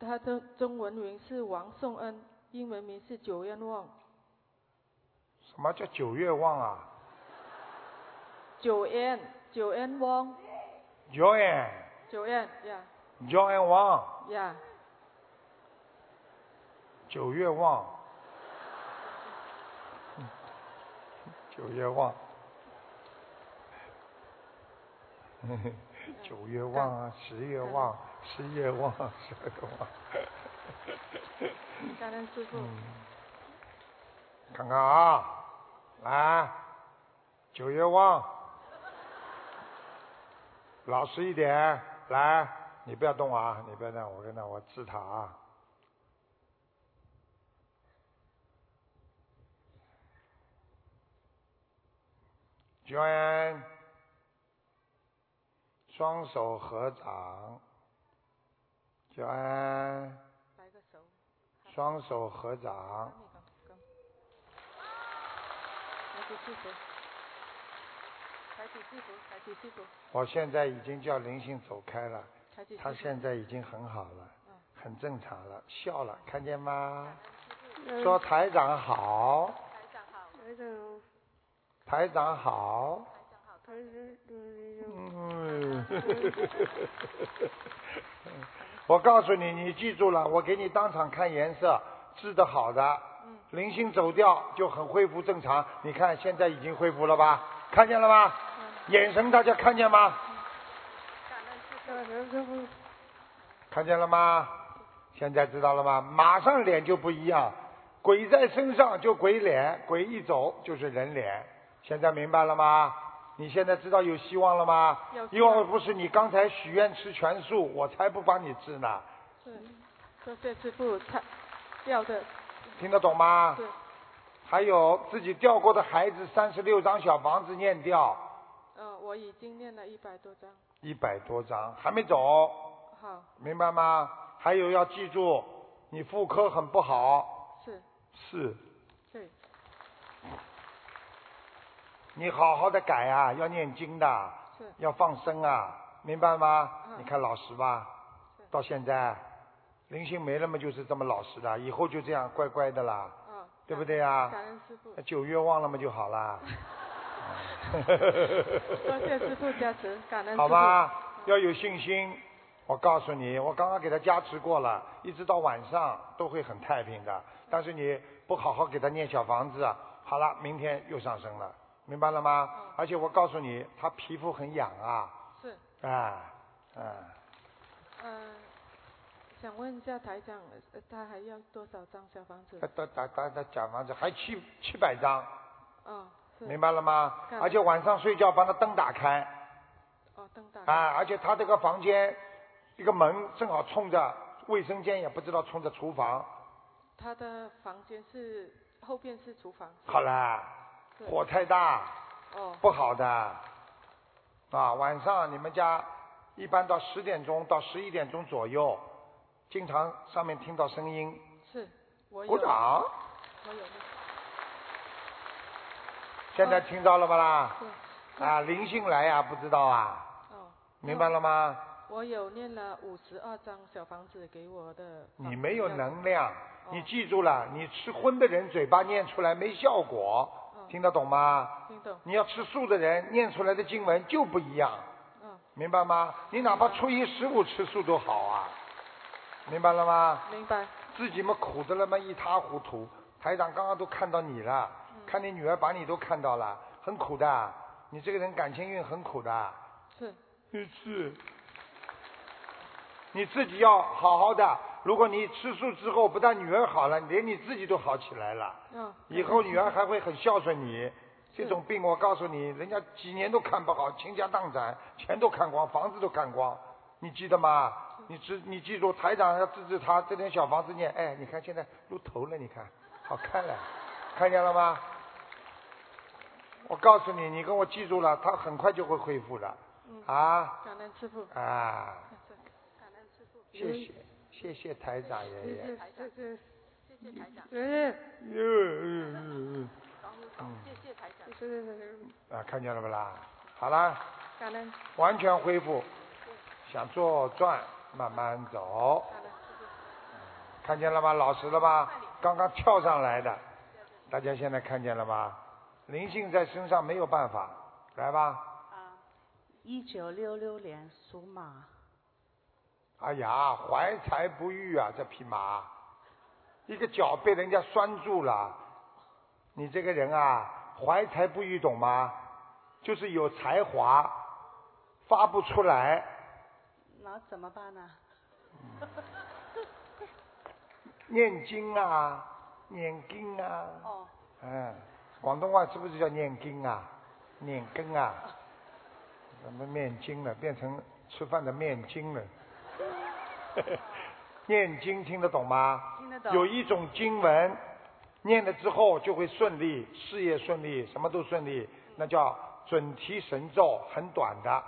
S10: 他的中文名是王颂恩，英文名是九愿望。
S2: 什么叫九月旺啊？
S10: 九恩，九恩汪，
S2: Joanne
S10: 九恩呀
S2: Joanne Wang
S10: 呀，
S2: 九月旺， *laughs* 九月旺， *laughs* 九月旺啊，十月旺，十一月旺，十二月旺。
S10: 感恩师傅。
S2: 嗯，看看啊，来，九月旺，老实一点，来，你不要动啊，你不要动，我跟他我治他啊。九安，双手合掌，九安。
S10: 摆个手，
S2: 双手合掌，
S10: 抬起祝福，抬起祝福，抬起祝福，
S2: 我现在已经叫灵性走开了，
S10: 抬起祝
S2: 他
S10: 福。
S2: 现在已经很好了，很正常了，笑了，看见吗？
S8: 嗯
S2: 说台长好，
S8: 台长，
S2: 台长好，
S8: 台长，嗯
S2: 嗯， *laughs* 我告诉你，你记住了，我给你当场看颜色，治得好的，灵性走掉就很恢复正常，你看现在已经恢复了吧？看见了吗？眼神大家看见吗？
S8: 感恩师傅，
S2: 看见了吗？现在知道了吗？马上脸就不一样，鬼在身上就鬼脸，鬼一走就是人脸。现在明白了吗？你现在知道有希望了吗？
S10: 有
S2: 要不是你刚才许愿吃全素，我才不帮你治呢。
S10: 对，多谢师傅，他要的
S2: 听得懂吗
S10: 对？
S2: 还有自己掉过的孩子，三十六张小房子念掉
S10: 呃，我已经念了一百多张。
S2: 一百多张，还没走。
S10: 好，
S2: 明白吗？还有要记住，你妇科很不好，
S10: 是，
S2: 是
S10: 对，
S2: 你好好的改啊，要念经的
S10: 是，
S2: 要放生啊，明白吗？
S10: 嗯
S2: 你看老实吧，
S10: 是嗯
S2: 到现在灵性没了嘛，就是这么老实的，以后就这样乖乖的啦，
S10: 啊，
S2: 对不对呀、
S10: 感恩
S2: *laughs*
S10: 师傅
S2: 那，九月忘了嘛就好啦，
S10: 多谢师傅加持，感恩师
S2: 好
S10: 傅。
S2: 吧？要有信心。我告诉你，我刚刚给他加持过了，一直到晚上都会很太平的。但是你不好好给他念小房子，啊好了，明天又上升了，明白了吗？而且我告诉你，他皮肤很痒啊。
S10: 是，
S2: 啊，啊，
S10: 嗯，想问一下台长，呃他还要多少张小房子
S2: 他？他他他他讲房子还七七百张，
S10: 哦，是，
S2: 明白了吗？
S10: 干
S2: 而且晚上睡觉把那灯打开
S10: 哦，灯打开。
S2: 啊，而且他这个房间一个门正好冲着卫生间，也不知道冲着厨房。
S10: 他的房间是后边是厨房。
S2: 好啦，
S10: 对
S2: 火太大
S10: 哦，
S2: 不好的啊，晚上你们家一般到十点钟到十一点钟左右，经常上面听到声音，
S10: 是，我有，
S2: 鼓掌，
S10: 我有的。
S2: 现在听到了吧啦？
S10: 嗯对，
S2: 啊，灵性来呀、不知道啊。
S10: 哦，
S2: 明白了吗？
S10: 我有念了五十二张小房子给我的。
S2: 你没有。能量，
S10: 哦
S2: 你记住了，你吃荤的人嘴巴念出来没效果，
S10: 嗯，
S2: 听得懂吗？
S10: 听懂。
S2: 你要吃素的人念出来的经文就不一样，
S10: 嗯，
S2: 明白吗？你哪怕初一十五吃素都好啊，明白了吗？
S10: 明白。
S2: 自己嘛苦的了嘛一塌糊涂，台长刚刚都看到你了，
S10: 嗯
S2: 看你女儿把你都看到了，很苦的，你这个人感情运很苦的。
S10: 是，
S2: 是，你自己要好好的。如果你吃素之后，不但女儿好了，连你自己都好起来了。
S10: 嗯，
S2: 以后女儿还会很孝顺你。这种病，我告诉你，人家几年都看不好，倾家荡产，钱都看光，房子都看光，你记得吗？你知你记住，台长要支持他这点小房子念。哎，你看现在露头了，你看好看了，看见了吗？我告诉你，你跟我记住了，他很快就会恢复的。啊
S10: 嗯感恩师傅，
S2: 啊，
S10: 感恩师傅，
S2: 谢谢谢谢台长爷爷。
S10: 谢谢，谢谢台
S2: *laughs*
S10: 长，爷爷，
S2: 嗯嗯嗯
S10: 谢谢台长，谢谢谢谢，
S2: 嗯，啊，看见了不啦？好啦，
S10: 感恩
S2: 完全恢复，想坐转，慢慢走。
S10: 感恩师傅，
S2: 看见了吗？老实了吧？刚刚跳上来的，大家现在看见了吗？灵性在身上没有办法，来吧。
S11: 一九六六年属马，
S2: 哎呀，怀才不遇啊，这匹马，一个脚被人家拴住了。你这个人啊，怀才不遇，懂吗？就是有才华，发不出来。
S11: 那怎么办呢？
S2: 念经啊，念经啊。
S11: 哦。
S2: 嗯，广东话是不是叫念经啊？念根啊？怎么面经了？变成吃饭的面筋了。 *laughs* 念经听得懂吗？
S11: 听得懂
S2: 有一种经文，念了之后就会顺利，事业顺利，什么都顺利，那叫准提神咒，很短的。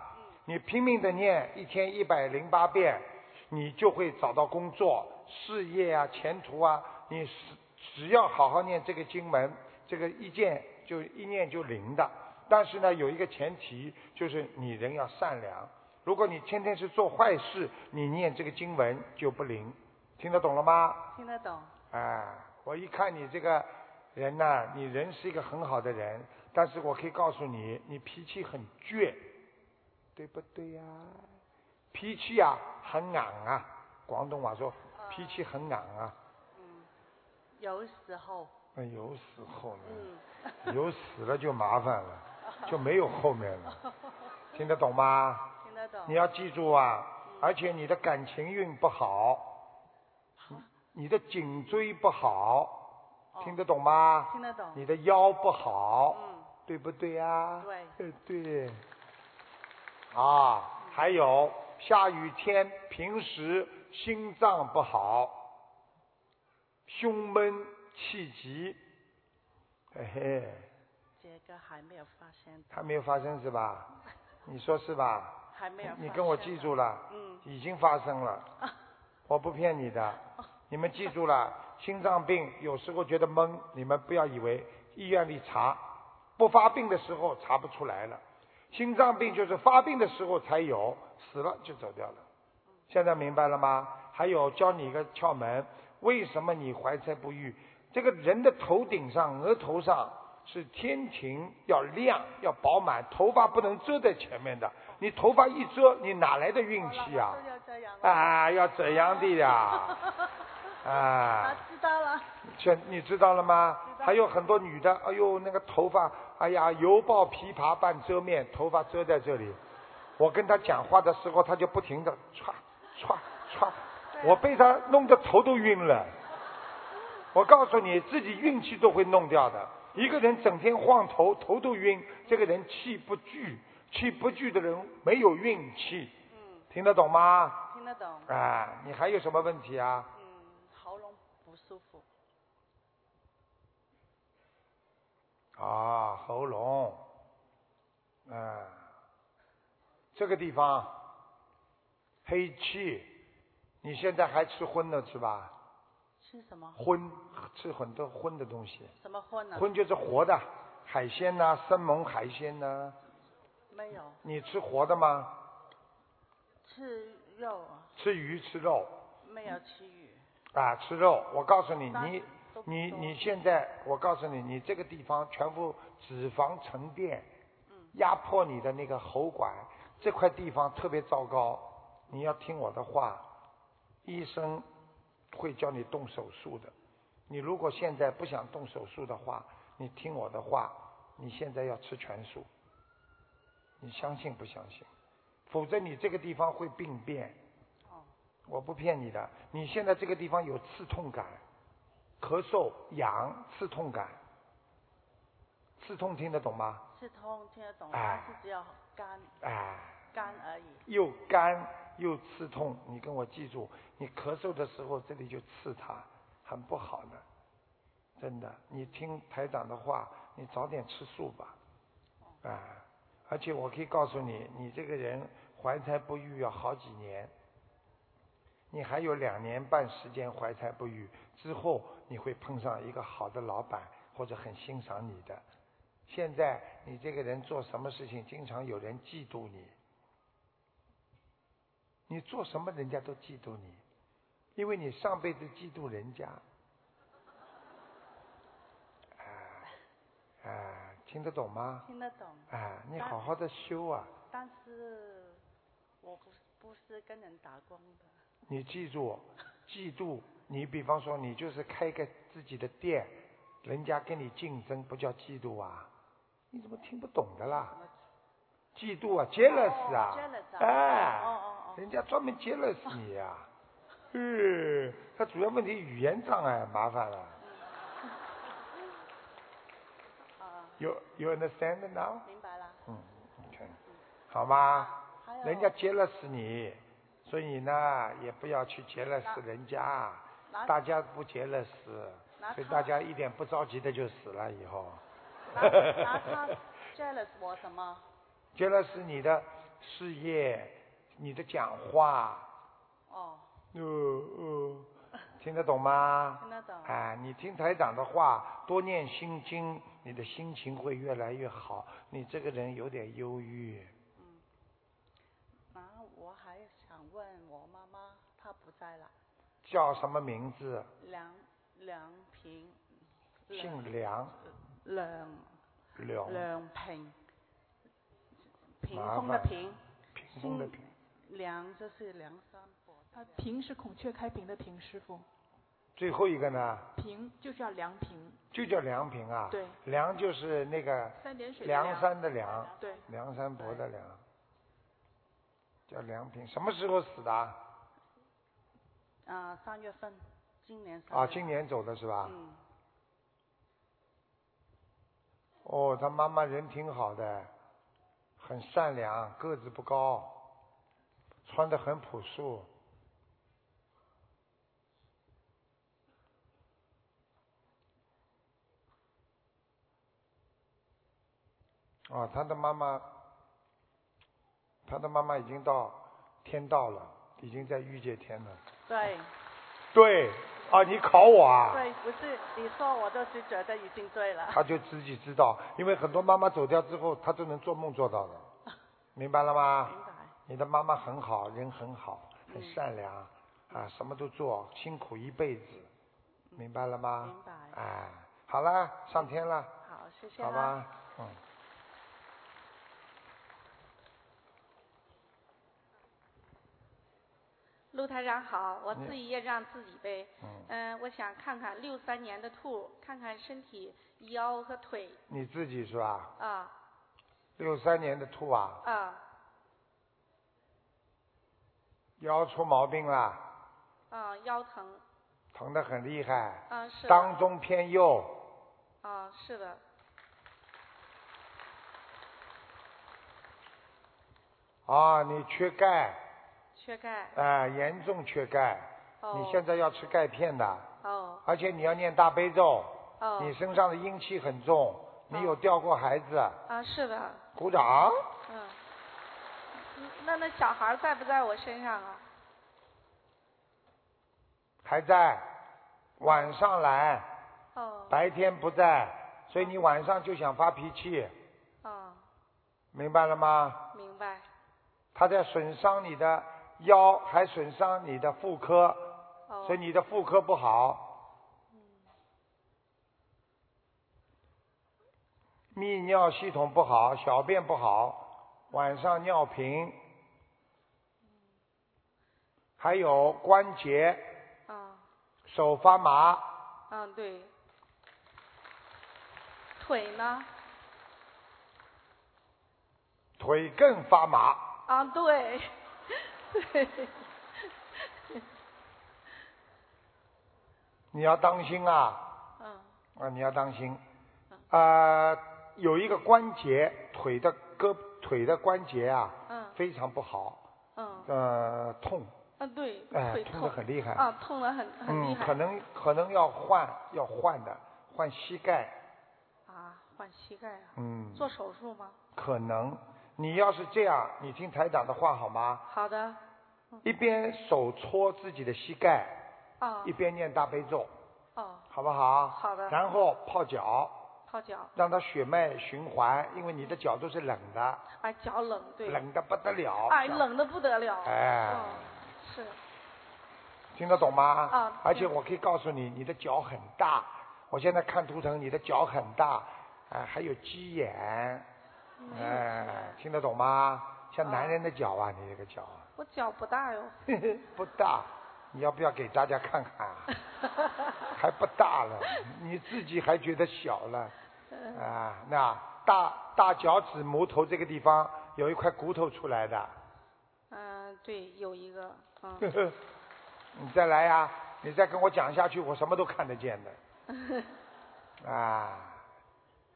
S2: 你拼命的念，一天一百零八遍，你就会找到工作、事业啊、前途啊。你只只要好好念这个经文，这个一见就一念就灵的。但是呢，有一个前提，就是你人要善良。如果你天天是做坏事，你念这个经文就不灵，听得懂了吗？
S11: 听得懂。
S2: 哎，我一看你这个人呐、你人是一个很好的人，但是我可以告诉你，你脾气很倔，对不对呀、脾气啊很硬啊，广东话说脾气很硬啊。
S11: 有时候，
S2: 那有时候呢，
S11: 嗯，
S2: 有死了就麻
S11: *laughs*
S2: 烦了，就没有后面了，听得懂吗？
S11: 听得懂。
S2: 你要记住啊，
S11: 嗯
S2: 而且你的感情运不好，你你的颈椎不好，
S11: 哦
S2: 听得懂吗？
S11: 听得懂。
S2: 你的腰不好，
S11: 嗯，
S2: 对不对呀？
S11: 对
S2: 呃对。啊，还有下雨天，平时心脏不好，胸闷气急，嘿嘿，
S11: 这个还没有发现，
S2: 还没有发生是吧？你说是吧？
S11: 还没有发现。
S2: 你跟我记住了，
S11: 嗯，
S2: 已经发生了，我不骗你的。你们记住了，心脏病有时候觉得懵，你们不要以为医院里查，不发病的时候查不出来了。心脏病就是发病的时候才有，死了就走掉了。现在明白了吗？还有教你一个窍门，为什么你怀才不遇？这个人的头顶上、额头上是天庭，要亮，要饱满，头发不能遮在前面的。你头发一遮，你哪来的运气啊？啊，要怎样的呀？啊，
S11: 知道了。
S2: 这你知道了吗？还有很多女的，哎呦，那个头发，哎呀，犹抱琵琶半遮面，头发遮在这里。我跟她讲话的时候，她就不停的歘歘歘，我被她弄得头都晕了。我告诉你，自己运气都会弄掉的。一个人整天晃头，头都晕，这个人气不聚，气不聚的人没有运气，
S11: 嗯，
S2: 听得懂吗？
S11: 听得懂。
S2: 啊，你还有什么问题啊？
S11: 嗯，喉咙不舒服。
S2: 啊，喉咙，啊，这个地方黑气，你现在还吃荤呢是吧？
S11: 吃什么？
S2: 荤吃很多荤的东西，
S11: 什么荤呢？啊
S2: 荤就是活的，海鲜呐、生猛海鲜呐、
S11: 没有，
S2: 你吃活的吗？
S11: 吃肉啊，
S2: 吃鱼吃肉
S11: 没有吃鱼。
S2: 啊，吃肉。我告诉你，
S11: 当
S2: 你
S11: 时都不
S2: 你
S11: 多
S2: 你现在，我告诉你，你这个地方全部脂肪沉淀，
S11: 嗯
S2: 压迫你的那个喉管这块地方特别糟糕。你要听我的话，医生会叫你动手术的。你如果现在不想动手术的话，你听我的话，你现在要吃全素。你相信不相信？否则你这个地方会病变。
S11: 哦
S2: 我不骗你的，你现在这个地方有刺痛感。咳嗽、痒、刺痛感，刺痛听得懂吗？
S11: 吃通听得懂，
S2: 哎
S11: 但是只有干
S2: 哎，
S11: 干而已。
S2: 又干又刺痛，你跟我记住，你咳嗽的时候这里就刺它，很不好的，真的。你听台长的话，你早点吃素吧，啊，而且我可以告诉你，你这个人怀才不遇要好几年，你还有两年半时间怀才不遇，之后你会碰上一个好的老板或者很欣赏你的。现在你这个人做什么事情，经常有人嫉妒你，你做什么人家都嫉妒你，因为你上辈子嫉妒人家。啊啊，听得懂吗？
S11: 听得懂，
S2: 啊，你好好的修啊！
S11: 但是我不是不是跟人打工的。
S2: 你记住，嫉妒你，比方说你就是开一个自己的店，人家跟你竞争，不叫嫉妒啊！你怎么听不懂的啦？嫉妒啊，jealous 啊，
S11: jealous 啊
S2: 哎，
S11: 哦哦哦
S2: 人家专门 jealous 你
S11: *laughs*
S2: 呀、啊，嗯，他主要问题语言障碍，麻烦
S11: *laughs*
S2: 啊了。You
S11: 啊
S2: you understand now？
S11: 明白了。
S2: 嗯，OK，好吗
S3: 哎
S11: 还？有
S2: 人家 jealous 你，所以呢，也不要去 jealous 人家，
S3: 啊
S11: 拿
S2: 大家不 jealous，
S11: 拿
S2: 所以
S11: 他
S2: 大家一点不着急的就死了以后。
S11: 拿拿他 jealous 我什么？
S2: jealous 你的事业，你的讲话，
S11: 哦，
S2: 呃呃，听得懂吗？
S11: 听得
S3: 嗯
S11: 懂。
S2: 哎，你听台长的话，多念心经，你的心情会越来越好。你这个人有点忧郁，
S11: 然后我还想问我妈妈，她不在了，
S2: 叫什么名字？
S11: 梁梁平，
S2: 姓梁，
S11: 梁
S2: 梁，
S11: 梁平，屏
S2: 麻
S11: 风的
S2: 烦
S11: 屏，
S2: 屏风的屏。
S11: 梁就是梁山伯的
S10: 啊，平是孔雀开屏的屏，师傅，
S2: 最后一个呢，
S10: 屏就叫梁平，
S2: 就叫梁平啊。
S10: 对。
S2: 梁就是那个
S10: 三点水的
S2: 梁山的梁，
S10: 对，
S2: 梁山伯的梁，叫梁平。什么时候死的啊？
S11: 梁，
S3: 呃
S11: 啊，三月份，今年三
S2: 啊，
S11: 月
S2: 今年走的是吧？
S11: 嗯，
S2: 哦，他妈妈人挺好的，很善良，个子不高，穿的很朴素。哦，他的妈妈，他的妈妈已经到天道了，已经在欲界天了。
S11: 对
S2: 对，啊，你考我啊？
S11: 对，不是你说我就是觉得已经对
S5: *laughs*
S11: 了，
S2: 他就自己知道，因为很多妈妈走掉之后，她都能做梦做到
S5: *laughs*
S2: 的，明白了吗？
S11: 明白，
S2: 你的妈妈很好，人很好，很善良，
S5: 嗯
S2: 啊，什么都做，辛苦一辈子，明白了吗？
S11: 明白，
S2: 哎，好了，上天了，
S11: 好，谢谢
S5: 啊
S2: 好
S11: 啦，
S2: 吧，嗯。
S5: 陆台长好，我
S2: 你
S5: 自己业障自己背。
S2: 嗯
S5: 嗯、我想看看六三年的兔，看看身体、腰和腿。
S2: 你自己是吧？
S5: 啊
S2: 六三年的兔啊，
S5: 啊
S2: 腰出毛病了，
S5: 啊！腰疼。
S2: 疼得很厉害，
S5: 啊，是的。
S2: 当中偏右，
S5: 啊，是的。
S2: 啊，你缺钙，
S5: 缺钙。
S2: 哎、严重缺钙，
S5: 哦。
S2: 你现在要吃钙片的。
S5: 哦
S2: 而且你要念大悲咒，
S5: 哦。
S2: 你身上的阴气很重，你有掉过孩子，
S5: 啊，是的。
S2: 鼓掌。
S5: 嗯。
S3: 嗯
S5: 那那小孩在不在我身上啊？
S2: 还在，晚上来，
S5: 哦
S2: 白天不在，所以你晚上就想发脾气，
S5: 哦，
S2: 明白了吗？
S5: 明白。
S2: 他在损伤你的腰，还损伤你的妇科，
S5: 哦。
S2: 所以你的妇科不好。泌尿系统不好，小便不好，晚上尿频，还有关节
S5: 啊
S2: 手发麻，
S5: 嗯，对。腿呢？
S2: 腿更发麻，
S5: 啊，对， *laughs* 对，
S2: 你要当心啊
S5: 嗯
S2: 啊！你要当心，啊、有一个关节，腿的胳腿的关节啊，
S5: 嗯
S2: 非常不好，
S5: 嗯，
S2: 呃，痛，
S5: 啊对，
S2: 哎、
S5: 腿
S2: 痛得很厉害。
S5: 啊，痛得很很厉
S2: 嗯，可
S5: 害
S2: 能可能要换要换的，换膝盖，
S5: 啊，
S3: 换膝盖啊？
S2: 嗯
S3: 做手术吗？
S2: 可能你要是这样，你听台长的话好吗？
S3: 好的。嗯
S2: 一边手搓自己的膝盖，
S3: 啊
S2: 一边念大悲咒，
S3: 哦，
S2: 好不好？
S3: 好的
S2: 然后泡脚，
S3: 泡脚，
S2: 让它血脉循环，因为你的脚都是冷的，
S3: 哎，脚冷，对，
S2: 冷的不得了。
S3: 哎，冷嗯的不得了，
S2: 哎
S3: 哦是，
S2: 听得懂吗？
S3: 啊
S2: 而且我可以告诉你，你的脚很大。我现在看图腾，你的脚很大，哎，还有鸡眼，
S3: 没有
S2: 哎，听得懂吗？像男人的脚啊，你这个脚
S3: 我脚不大哟，
S2: 不大，你要不要给大家看看啊？还不大了，你自己还觉得小了啊？那大大脚趾拇头这个地方有一块骨头出来的，
S3: 嗯，对，有一个，嗯，
S2: *laughs* 你再来呀、你再跟我讲下去，我什么都看得见的。
S3: *laughs*
S2: 啊，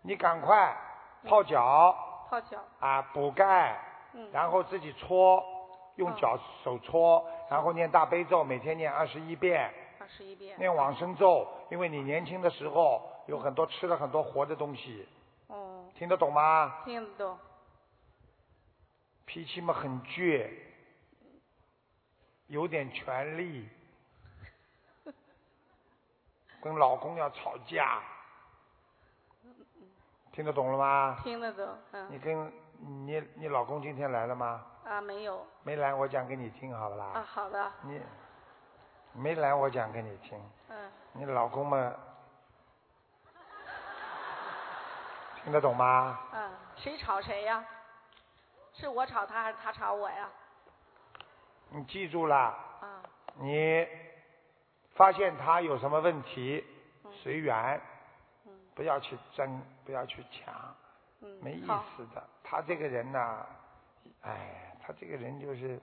S2: 你赶快泡脚
S3: 泡脚，
S2: 啊，补钙，
S3: 嗯，
S2: 然后自己搓，用
S3: 嗯
S2: 脚手搓，然后念大悲咒，每天念二十一遍，
S3: 二十一遍，
S2: 念往生咒，因为你年轻的时候有很多吃了很多活的东西，
S3: 哦，
S2: 听得懂吗？
S3: 听得懂，
S2: 脾气嘛很倔，有点权
S3: *laughs*
S2: 力，跟老公要吵架，听得懂了吗？
S3: 听得懂，
S2: 你
S3: 嗯，
S2: 跟你你老公今天来了吗？
S3: 啊，没有，
S2: 没来，我讲给你听好不啦？
S3: 啊，好的，
S2: 你没来，我讲给你听。
S3: 嗯，
S2: 你老公
S3: *laughs*
S2: 嘛，听得懂吗？
S3: 嗯，谁吵谁呀？是我吵他还是他吵我呀？
S2: 你记住了，
S3: 啊，
S2: 你发现他有什么问题，
S3: 嗯
S2: 随缘，不要去争，不要去抢，
S3: 嗯，
S2: 没意
S3: 好，
S2: 思的。他这个人呐、哎，他这个人就是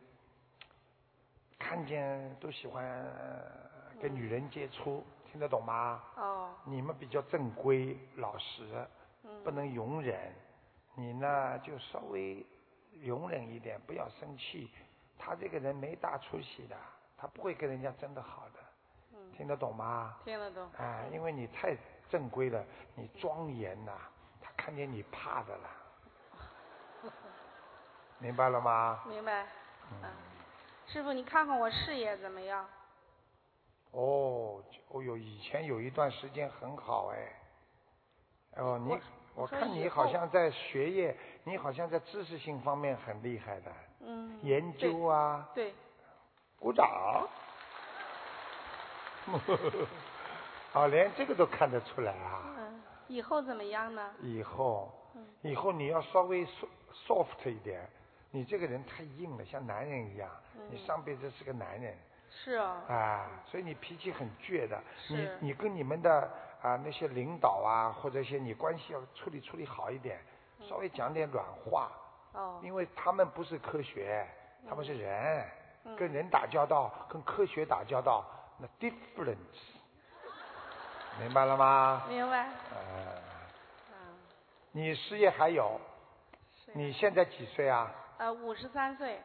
S2: 看见都喜欢呃跟女人接触，听得懂吗？
S3: 嗯哦，
S2: 你们比较正规老实，
S3: 嗯，
S2: 不，能容忍，你呢就稍微容忍一点，不要生气。他这个人没大出息的，他不会跟人家争得好的，
S3: 嗯，
S2: 听得懂吗？
S3: 听得懂，
S2: 啊，因为你太正规了，你庄严呐、他看见你怕的
S3: *laughs*
S2: 了，明白了吗？
S3: 明白，嗯，师傅，你看看我事业怎么样？
S2: 哦，哦哟，以前有一段时间很好哎，哦你
S3: 我
S2: 我
S3: 我说
S2: 看
S3: 以
S2: 你好
S3: 后
S2: 像在学业，你好像在知识性方面很厉害的，
S3: 嗯，
S2: 研究啊，
S3: 对，
S2: 鼓 *laughs* 掌。哦，连这个都看得出来啊！
S3: 嗯，以后怎么样呢？
S2: 以后
S3: 嗯，
S2: 以后你要稍微 so- soft 一点，你这个人太硬了，像男人一样。你
S3: 嗯
S2: 上辈子是个男人
S3: 是啊，
S2: 啊，所以你脾气很倔的。你
S3: 是
S2: 你跟你们的啊那些领导啊，或者一些你关系要处理处理好一点，
S3: 嗯
S2: 稍微讲点软话，
S3: 哦，
S2: 因为他们不是科学，他们是人。
S3: 嗯
S2: 跟人打交道，跟科学打交道，那 difference，明白了吗？
S3: 明白，
S2: 呃，
S3: 嗯，
S2: 你事业还有，
S3: 是，啊
S2: 你现在几岁啊？
S3: 呃，五十三岁，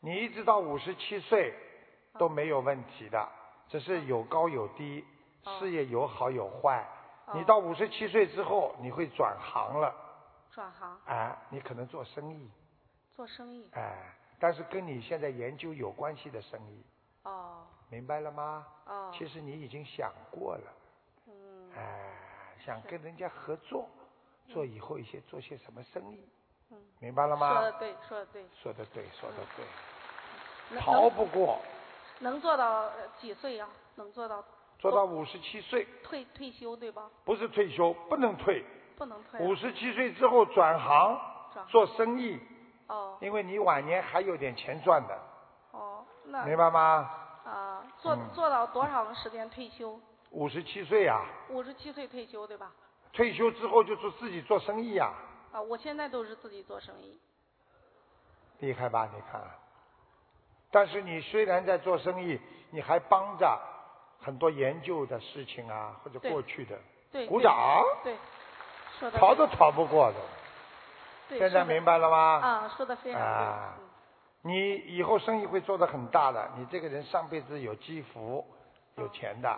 S2: 你一直到五十七岁
S3: 嗯
S2: 都没有问题的，只是有高有低，
S3: 哦
S2: 事业有好有坏。
S3: 哦
S2: 你到五十七岁之后，你会转行了，
S3: 转行
S2: 哎、你可能做生意，
S3: 做生意，
S2: 哎、但是跟你现在研究有关系的生意，
S3: 哦
S2: 明白了吗？
S3: 哦，
S2: 其实你已经想过了。
S3: 嗯
S2: 哎，想跟人家合作，做以后一些做些什么生意，
S3: 嗯，
S2: 明白了
S3: 说
S2: 吗
S3: 的？对，说嗯的对，
S2: 说的对，说的对，
S3: 能
S2: 逃
S3: 能
S2: 不过，
S3: 能做到呃几岁呀？能做到
S2: 做到五十七岁，
S3: 退退休对吧？
S2: 不是退休，不能退，
S3: 不能退啊，
S2: 五十七岁之后转行
S3: 转行
S2: 做生意，
S3: 哦
S2: 因为你晚年还有点钱赚的，
S3: 哦，那
S2: 明白吗？
S3: 啊，做
S2: 嗯
S3: 做到多少时间退休？
S2: 五十七岁啊，
S3: 五十七岁退休对吧？
S2: 退休之后就做自己做生意呀、
S3: 啊，我现在都是自己做生意，
S2: 厉害吧？你看，但是你虽然在做生意，你还帮着很多研究的事情啊，或者
S3: 对
S2: 过去的，
S3: 对，
S2: 鼓
S3: 对
S2: 掌，
S3: 对，说的
S2: 逃都逃不过的。
S3: 对，
S2: *laughs* 现在
S3: 说得
S2: 明白了吗？
S3: 啊，说的非常
S2: 啊
S3: 对，嗯
S2: 你以后生意会做得很大的，你这个人上辈子有积福，有钱的，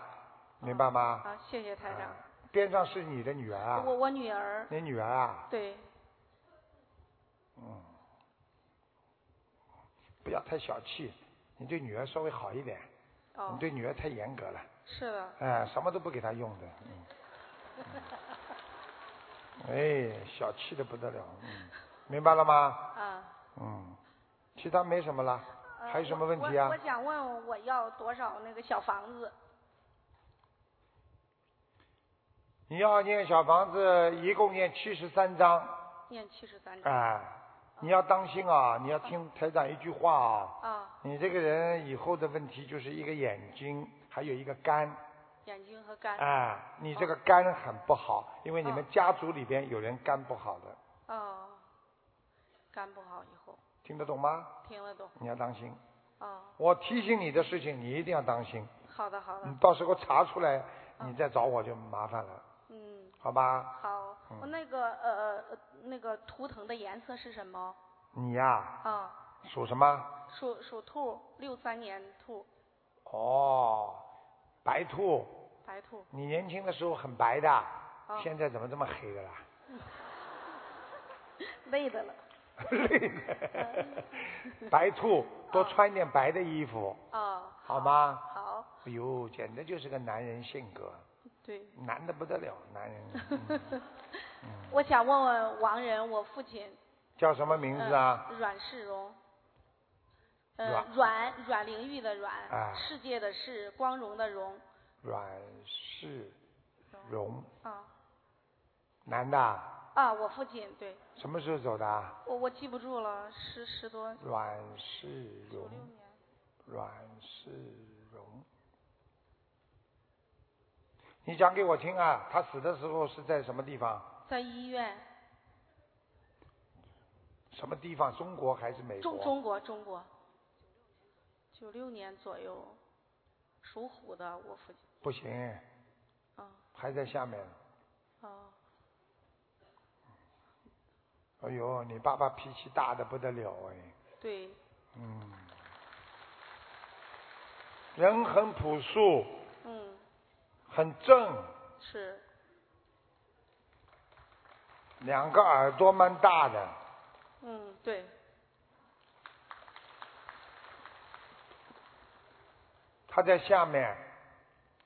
S2: 明白吗？
S3: 啊，谢谢台长
S2: 啊，边上是你的女儿啊？
S5: 我我女儿，
S2: 你女儿啊？
S5: 对，
S2: 嗯，不要太小气，你对女儿稍微好一点，
S5: 哦
S2: 你，对女儿太严格了，
S5: 是的，
S2: 哎、什么都不给她用的，嗯，哎，小气的不得了，嗯，明白了吗？
S3: 啊，
S2: 嗯，其他没什么了，
S3: 呃
S2: 还有什么
S3: 我
S2: 问题啊
S3: 我我想问我要多少那个小房子？
S2: 你要念小房子，一共念七十三章，
S5: 念七十三章。
S2: 哎、你要当心啊，你要听台长一句话啊，
S5: 啊，
S2: 你这个人以后的问题就是一个眼睛，还有一个肝。
S5: 眼睛和肝。
S2: 哎，你这个肝很不好，因为你们家族里边有人肝不好的，
S5: 哦，肝不好以后
S2: 听得懂吗？
S5: 听得懂。
S2: 你要当心。
S5: 哦，
S2: 我提醒你的事情，你一定要当心。
S5: 好的好的
S2: 你，到时候查出来，你再找我就麻烦了，
S3: 嗯，
S2: 好吧？
S3: 好，
S2: 嗯
S3: 我那个呃呃那个图腾的颜色是什么？
S2: 你呀、
S3: 啊，
S2: 属什么？
S3: 属属兔，六三年兔，
S2: 哦，白兔。
S3: 白兔。
S2: 你年轻的时候很白的，现在怎么这么黑的啦？ *laughs*
S3: 累的了。
S2: 累的。白兔，多穿点白的衣服，
S3: 哦，
S2: 好吗？
S3: 好，
S2: 哎呦，简直就是个男人性格，
S3: 对。
S2: 男的不得了，男人嗯
S3: 我想问问王仁，我父亲。
S2: 叫什么名字啊？
S3: 呃阮世荣。呃
S2: 阮，
S3: 阮阮玲玉的阮，
S2: 啊
S3: 世界的世，光荣的荣。
S2: 阮世荣，
S3: 啊
S2: 男的啊，
S3: 啊，我父亲对
S2: 什么时候走的啊？
S3: 我我记不住了，十十多。
S2: 阮世荣，阮世荣，你讲给我听啊，他死的时候是在什么地方？
S3: 在医院，
S2: 什么地方？中国还是美国？
S3: 中中国中国，九六年左右，属虎的我父亲
S2: 不行，
S3: 啊
S2: 还在下面。
S3: 啊
S2: 哎呦，你爸爸脾气大的不得了哎。
S3: 对
S2: 嗯，人很朴素，
S3: 嗯
S2: 很正，
S3: 是
S2: 两个耳朵蛮大的，
S3: 嗯对
S2: 他在下面，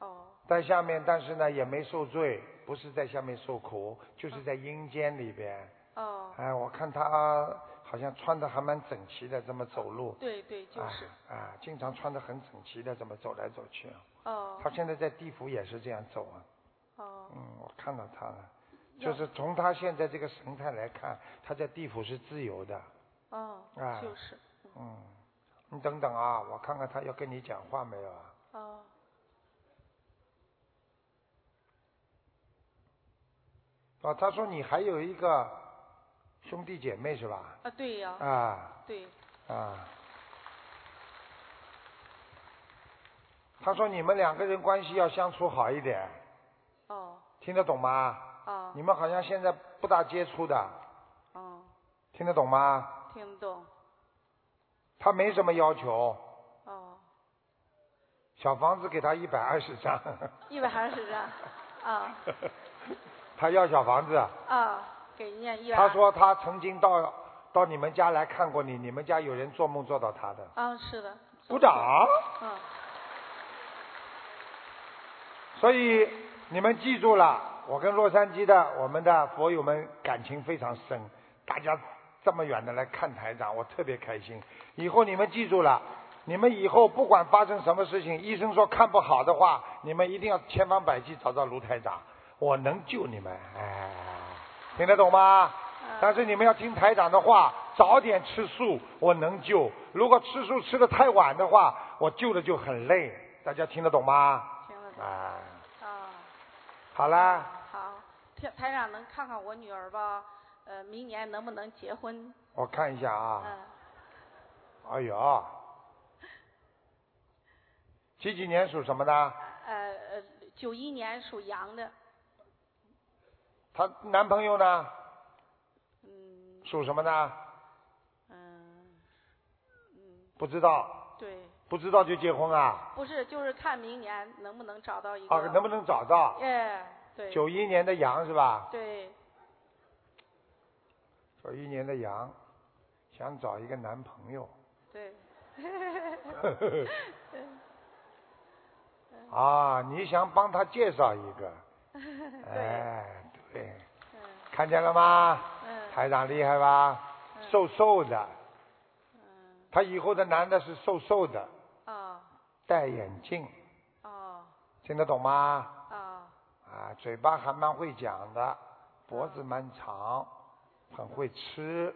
S3: 哦
S2: 在下面，但是呢也没受罪，不是在下面受苦，就是在阴间里边。
S3: 哦
S2: 哎，我看他好像穿的还蛮整齐的，这么走路。
S3: 对对就是
S2: 啊啊，经常穿的很整齐的，这么走来走去啊。
S3: 哦
S2: 他现在在地府也是这样走啊。
S3: 哦
S2: 嗯，我看到他了，
S3: 要
S2: 就是从他现在这个神态来看，他在地府是自由的。
S3: 哦
S12: 啊
S2: 哎
S3: 就是
S2: 嗯，你等等啊，我看看他要跟你讲话没有啊？
S3: 哦
S2: 哦，他说你还有一个兄弟姐妹是吧？
S3: 啊对呀
S2: 啊
S3: 对
S2: 啊。他说你们两个人关系要相处好一点，
S3: 哦
S2: 听得懂吗？
S3: 哦
S2: 你们好像现在不大接触的，
S3: 哦
S2: 听得懂吗？
S3: 听得懂
S2: 他没什么要求，
S3: 哦
S2: 小房子给他一百二十张，
S3: 一百二十
S2: *laughs*
S3: 张啊
S2: 他要小房子。
S3: 啊给人家一百
S2: 他说他曾经到到你们家来看过你，你们家有人做梦做到他的。
S3: 啊是的
S2: 鼓掌！
S3: 嗯
S2: 所以你们记住了，我跟洛杉矶的我们的佛友们感情非常深，大家这么远的来看台长，我特别开心。以后你们记住了，你们以后不管发生什么事情，医生说看不好的话，你们一定要千方百计找到卢台长，我能救你们。哎，听得懂吗？
S3: 嗯啊
S2: 但是你们要听台长的话，早点吃素，我能救。如果吃素吃的太晚的话，我救了就很累。大家听得懂吗？
S3: 听得懂
S2: 啊，
S3: 啊。
S2: 好啦，
S3: 好，台台长能看看我女儿吧？呃，明年能不能结婚？
S2: 我看一下
S3: 嗯、
S2: 啊，哎呦，几几年属什么的？
S3: 呃呃，九一年属羊的，
S2: 她男朋友呢？
S3: 嗯
S2: 属什么的？
S3: 嗯嗯，
S2: 不知道，
S3: 对，
S2: 不知道就结婚啊？
S3: 不是，就是看明年能不能找到一个，
S2: 啊，能不能找到？
S3: 哎，
S5: 对
S2: 九一年的羊是吧？
S5: 对，
S2: 九一年的羊，想找一个男朋友。
S5: 对。
S2: *laughs* 啊，你想帮他介绍一个？哎，对，看见了吗？
S3: 嗯
S2: 台长厉害吧？瘦瘦的，他以后的男的是瘦瘦的，
S3: 啊
S4: 哦
S2: 戴眼镜，
S4: 哦
S2: 听得懂吗？
S4: 哦
S2: 啊，嘴巴还蛮会讲的，脖子蛮长，很会吃，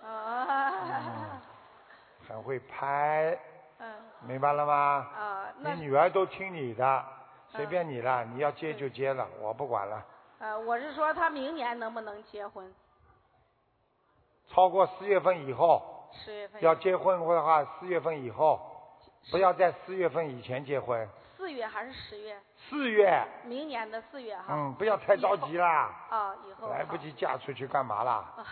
S4: 哦，
S2: *laughs* 很会拍，
S4: 嗯
S2: 明白了吗？
S3: 哦
S4: 啊，
S2: 哎你
S4: 那
S2: 女儿都听你的，随便你了，
S3: 嗯
S2: 你要接就接了，我不管了。
S3: 呃，我是说他明年能不能结婚？
S2: 超过四月份以后
S3: 十月份
S2: 要结婚的话，四月份以后，不要在四月份以前结婚。
S3: 四月还是十月？
S2: 四月，
S3: 明年的四月哈。
S2: 嗯，不要太着急啦，
S3: 啊，以后
S2: 来不及嫁出去干嘛啦？
S3: 啊。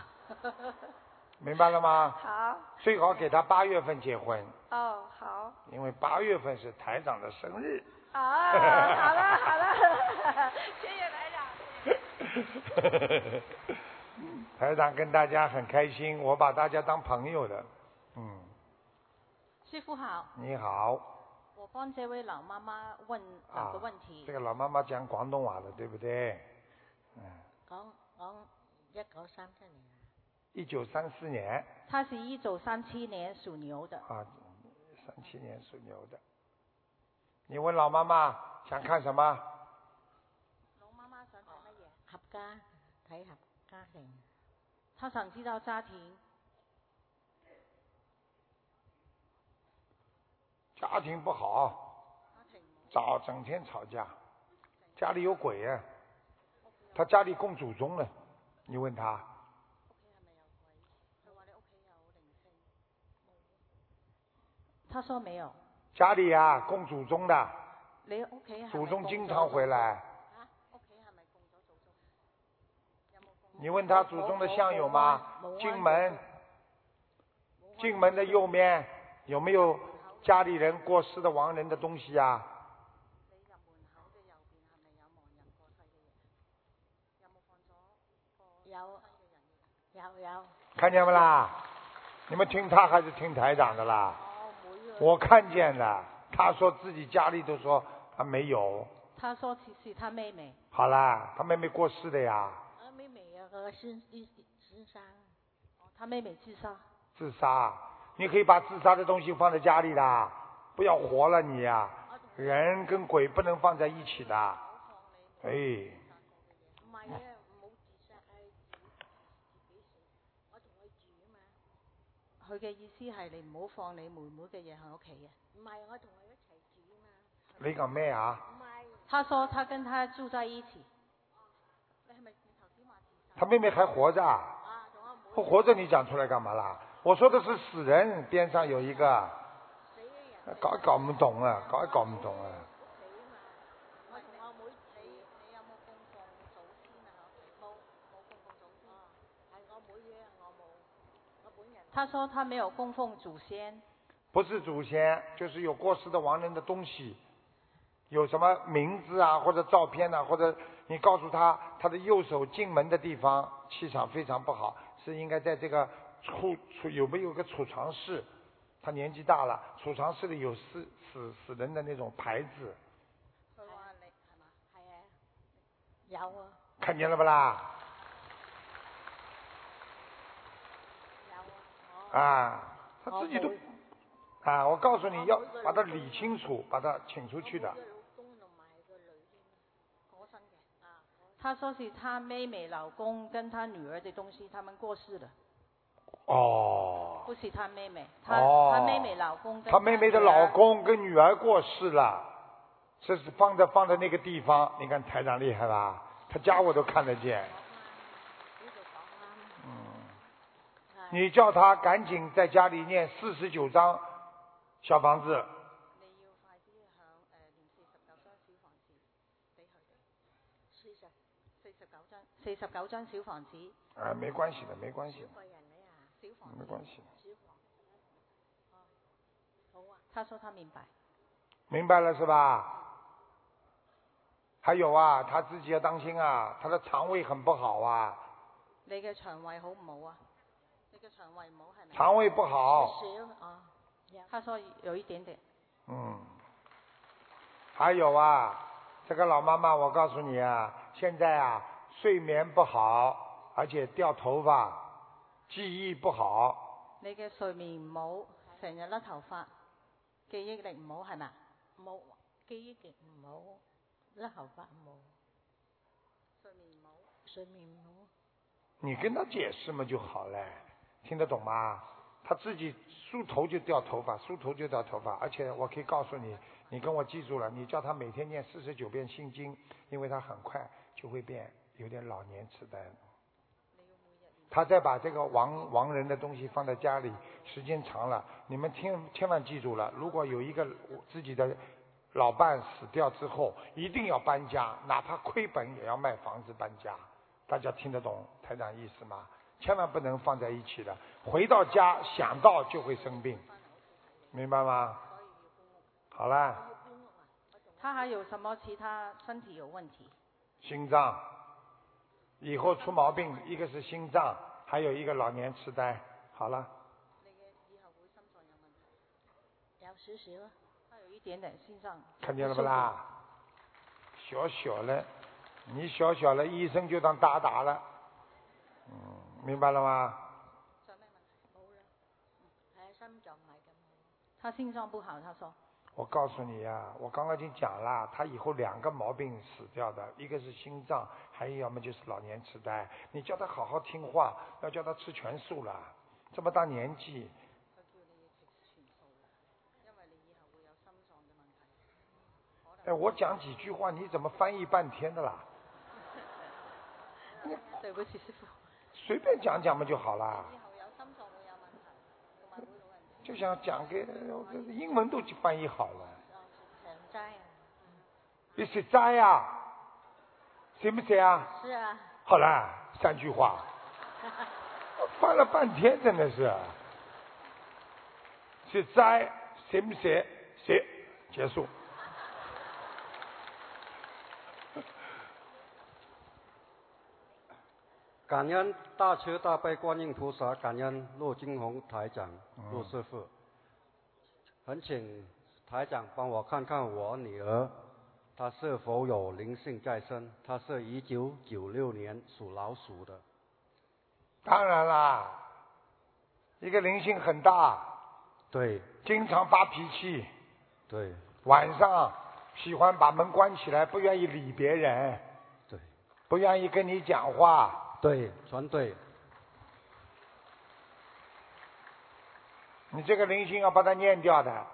S2: 明白了吗？
S3: *laughs* 好，
S2: 最好给他八月份结婚，
S3: 哦，好，
S2: 因为八月份是台长的生日。 *laughs*
S3: 啊，好了好了，谢谢台长。
S2: *laughs* 台长跟大家很开心，我把大家当朋友的。嗯，
S12: 师傅好，
S2: 你好
S12: 我帮这位老妈妈问两
S2: 啊
S12: 个问题。
S2: 这个老妈妈讲广东话的，对不对？嗯，
S12: 讲讲一九三七年，
S2: 一九三四年
S12: 她是一九三七年属牛的，
S2: 啊，三七年属牛的。你问老妈妈想看什么？
S12: 老妈妈想睇乜嘢？合家睇合家庭，她想知道家庭
S2: 家庭不好，早整天吵架，家里有鬼啊，他家里供祖宗了，你问他。
S12: 她说没有，
S2: 家里啊，供祖宗的，
S12: 你屋企係咪
S2: 祖宗
S12: 供
S2: 经
S12: 咗
S2: 常回来。你问他祖宗的像有啊吗
S12: 冇冇？冇
S2: 进门，进门的右面有没有家里人过世的亡人的东西啊？
S12: 有有有，
S2: 看见不啦？你们听他还是听台长的啦？我看见了，他说自己家里都说他没有。
S12: 她说是是她妹妹，
S2: 好啦，他妹妹过世的呀，
S12: 她啊妹妹有个先先生，哦她妹妹自杀，
S2: 自杀。你可以把自杀的东西放在家里的，不要活了你呀、人跟鬼不能放在一起的。哎，
S12: 唔係啊，冇自殺係自己死，我同佢住啊嘛。佢嘅意思係你唔好放你妹妹嘅嘢喺屋企嘅。唔係，我同佢一齊住啊嘛。
S2: 你讲咩啊？
S12: 他說他跟他住在一起。
S2: 他妹妹还活着啊？不活着你讲出来干嘛啦？我说的是死人，边上有一个，搞搞不懂啊，搞也搞不懂啊。
S12: 我同我妹你你有冇供奉祖先啊？冇冇供奉祖先，係我妹嘅，我冇，我本人。他說他沒有供奉祖先，
S2: 不是祖先，就是有过世的亡人的东西，有什么名字啊，或者照片啊，或者你告诉他，他的右手进门的地方气场非常不好，是应该在这个储储有没有个储藏室？他年纪大了，储藏室里有死死死人的那种牌子，
S12: 佢話你係嘛？係啊，有啊。
S2: 看见了不啦？啊，他自己
S12: 哦
S2: 都啊，我告诉你要把它理清楚，把它请出去的。
S12: 他说是他妹妹、老公跟他女儿的东西，他们过世了，
S2: 哦。
S12: 不是他妹妹，他、
S2: 哦
S12: 他妹妹、老公跟
S2: 她妹妹的
S12: 女儿
S2: 老公跟女儿过世了，这是放在放在那个地方，你看台长厉害吧？他家我都看得见。嗯，你叫他赶紧在家里念四十九章小房子，
S12: 四十四十九张，四十九张小房子，
S2: 啊，没关系的，没关系的，
S12: 小房
S2: 没关系的，
S12: 小房好啊。他说他明白，
S2: 明白了是吧？还有啊，他自己要当心啊，他的肠胃很不好啊，
S12: 你嘅腸胃好唔好啊？你嘅腸胃唔好係咪？
S2: 腸胃不好
S12: 少啊，他說有一點點。
S2: 嗯。还有啊，这个老妈妈，我告诉你啊，现在啊，睡眠不好，而且掉头发，记忆不好，
S12: 你嘅睡眠唔好，成日甩頭髮，記憶力唔好係咪？冇記憶力唔好，甩頭髮冇，睡眠唔好，睡眠唔好。
S2: 你跟他解释嘛就好了，听得懂吗？他自己梳头就掉头发，梳头就掉头发，而且我可以告诉你，你跟我记住了，你叫他每天念四十九遍心经，因为他很快就会变有点老年痴呆了。他再把这个亡亡人的东西放在家里，时间长了，你们千千万记住了，如果有一个自己的老伴死掉之后，一定要搬家，哪怕亏本也要卖房子搬家。大家听得懂台长意思吗？千万不能放在一起的，回到家想到就会生病，明白吗？好啦，
S12: 他還有什麼其他身體有問題？
S2: 心脏以后出毛病，一个是心脏，还有一个老年痴呆。好了，
S12: 有少少啊，他有一點點心臟。
S2: 看见了不啦？小小的，你小小的，医生就当打打了，嗯，明白了吗？
S12: 嗯係心臟唔係咁。他心臟不好，他說。
S2: 我告诉你呀、我刚刚已经讲了，他以后两个毛病死掉的，一个是心脏，还有要么就是老年痴呆。你叫他好好听话，要叫他吃全素了，这么大年纪，哎，我讲几句话，你怎么翻译半天
S12: *laughs*
S2: 的啦？
S12: 對不起，師傅。
S2: 随便讲讲嘛就好啦，
S12: 同埋會老人
S2: 就想讲给呃英文都翻译好了。
S12: 哦長齋啊。
S2: 你谁摘呀？谁不谁啊？
S12: 是啊。
S2: 好啦，三句话，
S12: *laughs*
S2: 翻了半天，真的是。谁摘谁不谁谁结束。
S13: 感恩大慈大悲观音菩萨，感恩陆金红台长、陆师傅。恳请台长帮我看看我女儿，她是否有灵性在身？她是一九九六年属老鼠的。
S2: 当然啦，一个灵性很大。
S13: 对。
S2: 经常发脾气。
S13: 对。
S2: 晚上喜欢把门关起来，不愿意理别人。
S13: 对。
S2: 不愿意跟你讲话。
S13: 对，全对。
S2: 你这个灵性要把它念掉的，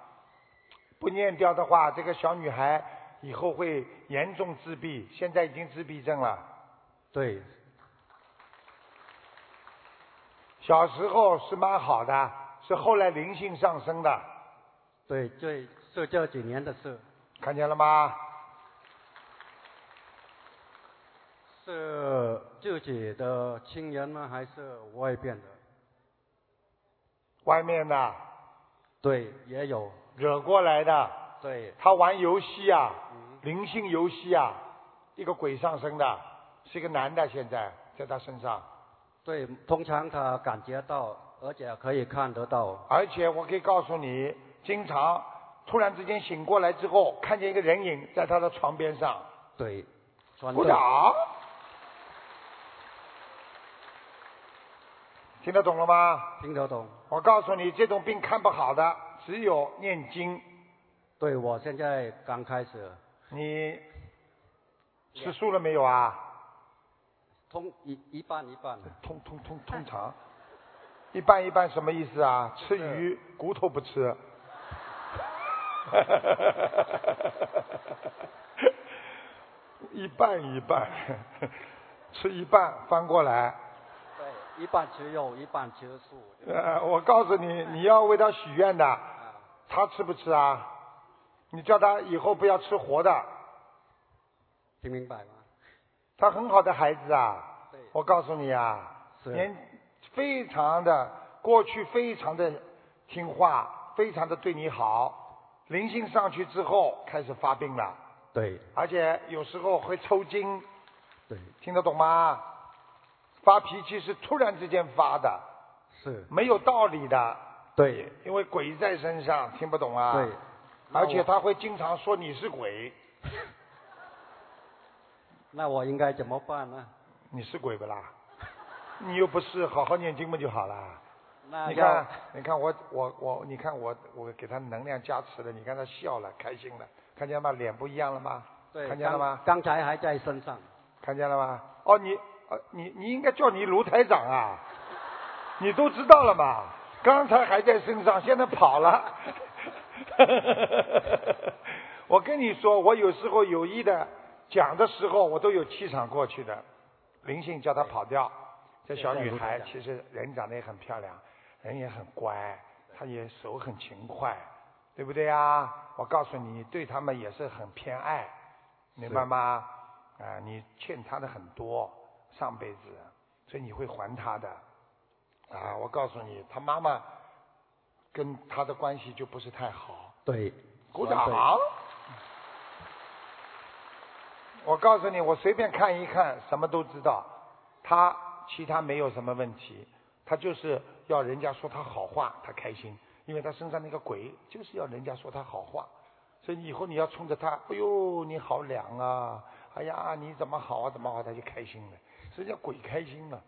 S2: 不念掉的话，这个小女孩以后会严重自闭，现在已经自闭症了。
S13: 对，
S2: 小时候是蛮好的，是后来灵性上升的。
S13: 对，这是这几年的事。
S2: 看见了吗？
S13: 是自己的亲人吗？还是外边的？
S2: 外面的。
S13: 对，也有。
S2: 惹过来的。
S13: 对。
S2: 他玩游戏啊，灵性游戏啊，一个鬼上身的，是一个男的，现在在他身上。
S13: 对，通常他感觉到，而且可以看得到。
S2: 而且我可以告诉你，经常突然之间醒过来之后，看见一个人影在他的床边上。
S13: 对，全
S2: 鼓
S13: 对。
S2: 掌。听得懂了吗？
S13: 听得懂。
S2: 我告诉你，这种病看不好的，只有念经。
S13: 对，我现在刚开始，
S2: 你吃素了没有啊？
S13: 通一一半一半。
S2: 通通通通常，一半一半什么意思啊？吃鱼骨头不吃。 *laughs* 一半一半，吃一半翻过来。
S13: 对，一半吃肉，一半吃素。
S2: 呃，我告诉你，你要为他许愿的，他吃不吃啊？你叫他以后不要吃活的，
S13: 听明白吗？
S2: 他很好的孩子啊。
S13: 对。
S2: 我告诉你啊，
S13: 是
S2: 年非常的过去非常的听话，非常的对你好，灵性上去之后开始发病了。
S13: 对，
S2: 而且有时候会抽筋，
S13: 对，
S2: 听得懂吗？发脾气是突然之间发的，
S13: 是，
S2: 没有道理的，
S13: 对，
S2: 因为鬼在身上，听不懂啊。
S13: 对，
S2: 而且
S13: 那我
S2: 他会经常说你是鬼，
S13: 那我应该怎么办呢？
S2: 你是鬼不啦？你又不是，好好念经不就好啦？
S13: 那
S2: 你
S13: 要
S2: 看，你看我我我，你看我我给他能量加持了，你看他笑了，开心了，看见吗？脸不一样了吗？
S13: 对，
S2: 看见了吗？
S13: 刚？刚才还在身上，
S2: 看见了吗？哦，你呃，你你应该叫你卢台长啊，你都知道了嘛？刚才还在身上，现在跑了。 *laughs* 我跟你说，我有时候有意的讲的时候，我都有气场过去的，灵性叫她跑掉。这小女孩其实人长得也很漂亮，人也很乖，她也手很勤快，对不对啊？我告诉你，对他们也是很偏爱，明白吗？啊、你欠她的很多，上辈子，所以你会还她的。啊，我告诉你，她妈妈跟她的关系就不是太好。
S13: 对，
S2: 鼓
S13: 完美
S2: 掌。我告诉你，我随便看一看，什么都知道。他其他没有什么问题，他就是要人家说他好话，他开心，因为他身上那个鬼就是要人家说他好话。所以以后你要冲着他，哎呦，你好凉啊！哎呀，你怎么好啊？怎么好？他就开心了，所以叫鬼开心了。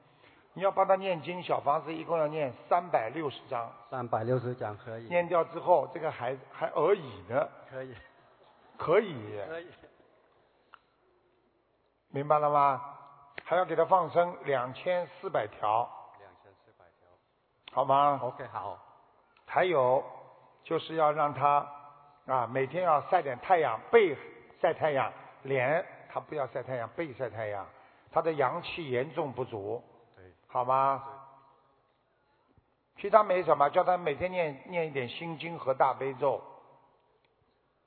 S2: 你要帮他念经，小房子一共要念三百六十章，
S13: 三百六十讲可以，
S2: 念掉之后，这个孩子还而已呢，
S13: 可以，
S2: 可以，
S13: 可以，
S2: 明白了吗？还要给他放生两千四百条，
S13: 两千四百条
S2: 好吗
S13: ，OK，好，
S2: 还有就是要让他啊，每天要晒点太阳，背晒太阳，脸他不要晒太阳，背晒太阳，他的阳气严重不足，
S13: 对，
S2: 好吗？其他没什么，叫他每天念念一点心经和大悲咒，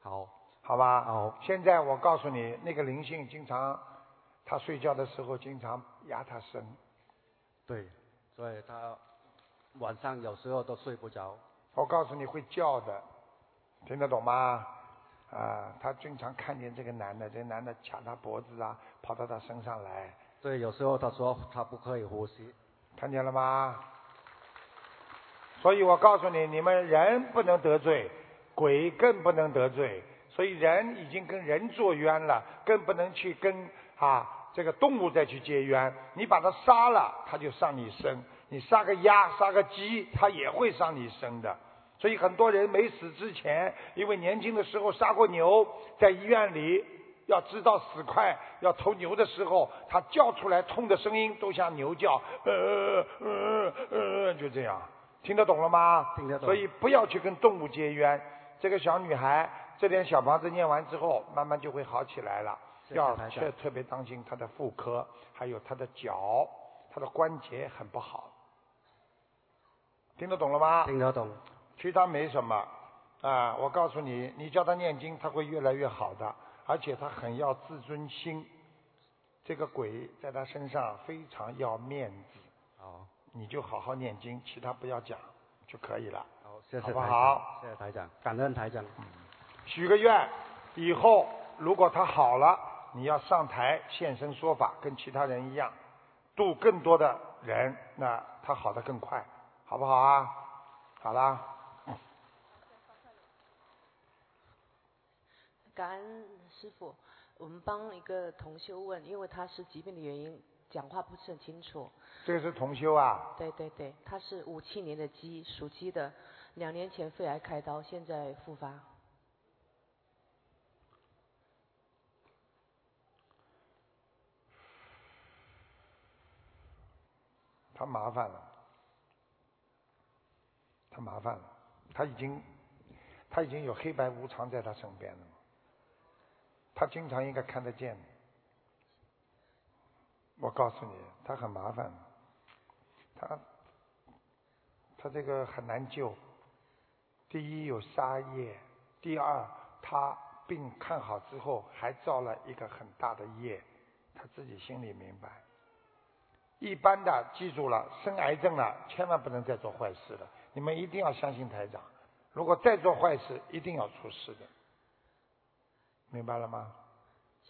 S13: 好，
S2: 好吧？哦
S13: 好。
S2: 现在我告诉你，那个灵性经常，他睡觉的时候经常压他身，
S13: 对，所以他晚上有时候都睡不着，
S2: 我告诉你会叫的，听得懂吗？啊，他经常看见这个男的，这个男的掐他脖子啊，跑到他身上来，
S13: 对，有时候他说他不可以呼吸，
S2: 看见了吗？所以我告诉你，你们人不能得罪，鬼更不能得罪。所以人已经跟人做冤了，更不能去跟啊这个动物再去结冤。你把它杀了，它就上你身；你杀个鸭、杀个鸡，它也会上你身的。所以很多人没死之前，因为年轻的时候杀过牛，在医院里要知道死快，要头牛的时候，它叫出来痛的声音都像牛叫，呃呃呃，就这样，听得懂了吗？
S13: 听得懂
S2: 所以不要去跟动物结冤。这个小女孩，这点小房子念完之后，慢慢就会好起来了。
S13: 谢谢
S2: 要
S13: 台长
S2: 特特别当心她的妇科，还有她的脚，她的关节很不好。听得懂了吗？
S13: 听得懂，
S2: 其他没什么啊。我告诉你，你叫他念经，他会越来越好的，而且他很要自尊心。这个鬼在他身上非常要面子，
S13: 好，
S2: 你就好好念经，其他不要讲就可以了。
S13: 好，谢谢
S2: 好
S13: 台
S2: 不
S13: 长，
S2: 好
S13: 谢谢台长，感恩台长，
S2: 许个愿，以后如果他好了，你要上台现身说法，跟其他人一样，度更多的人，那他好的更快，好不好啊？好啦。
S8: 感恩师傅，我们帮一个同修问，因为他是疾病的原因，讲话不是很清楚。
S2: 这个是同修啊，
S8: 对对对，他是五七年的鸡，属鸡的，两年前肺癌开刀，现在复发。
S2: 他麻烦了，他麻烦了，他已经他已经有黑白无常在他身边了嘛，他经常应该看得见的。我告诉你，他很麻烦的，他他这个很难救。第一有杀业，第二他病看好之后还造了一个很大的业，他自己心里明白。一般的，记住了，生癌症了，千万不能再做坏事了。你们一定要相信台长，如果再做坏事，一定要出事的，明白了吗？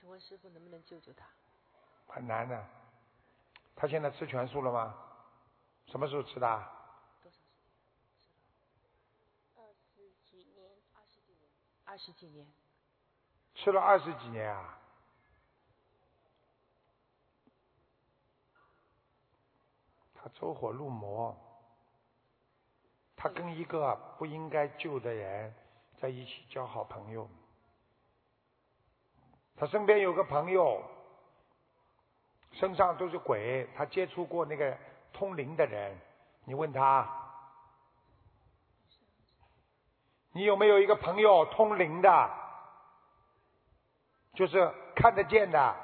S8: 问师傅能不能救救他？
S2: 很难的、他现在吃全素了吗？什么时候吃的啊？
S12: 二十几年，二十几年，
S8: 二十几年，
S2: 吃了二十几年啊？他走火入魔，他跟一个不应该救的人在一起交好朋友。他身边有个朋友，身上都是鬼，他接触过那个通灵的人。你问他，你有没有一个朋友通灵的，就是看得见的？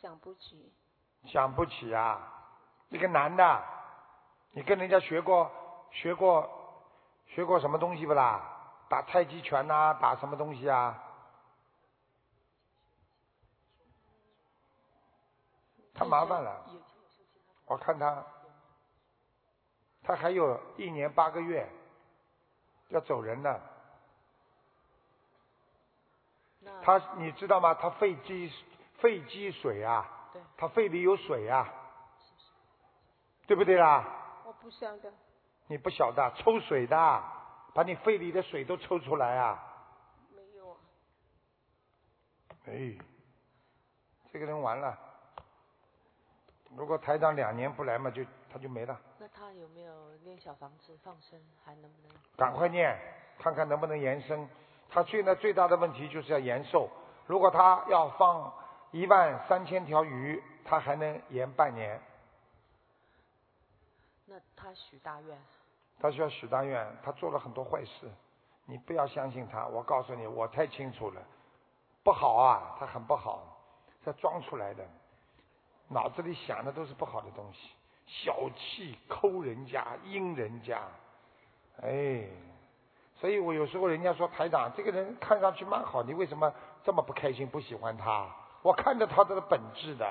S8: 想不起，
S2: 想不起啊，一个男的，你跟人家学过学过学过什么东西不啦？打太极拳呐、打什么东西啊？他麻烦了，我看他，他还有一年八个月要走人了。
S8: 那
S2: 他你知道吗？他肺积肺积水啊，他肺里有水啊，对不对啦？
S10: 我不晓得，
S2: 你不晓得啊抽水的，啊把你肺里的水都抽出来啊！
S10: 没有啊。
S2: 哎，这个人完了。如果台长两年不来嘛，就他就没了。
S8: 那他有没有念小房子放生，还能不能？
S2: 赶快念，看看能不能延伸。他现在最大的问题就是要延寿。如果他要放一万三千条鱼，他还能延半年。
S8: 那他许大愿，
S2: 他需要许大愿，他做了很多坏事，你不要相信他。我告诉你，我太清楚了，不好啊，他很不好，他装出来的，脑子里想的都是不好的东西，小气、抠人家、阴人家，哎，所以我有时候人家说台长这个人看上去蛮好，你为什么这么不开心、不喜欢他？我看着他的本质的，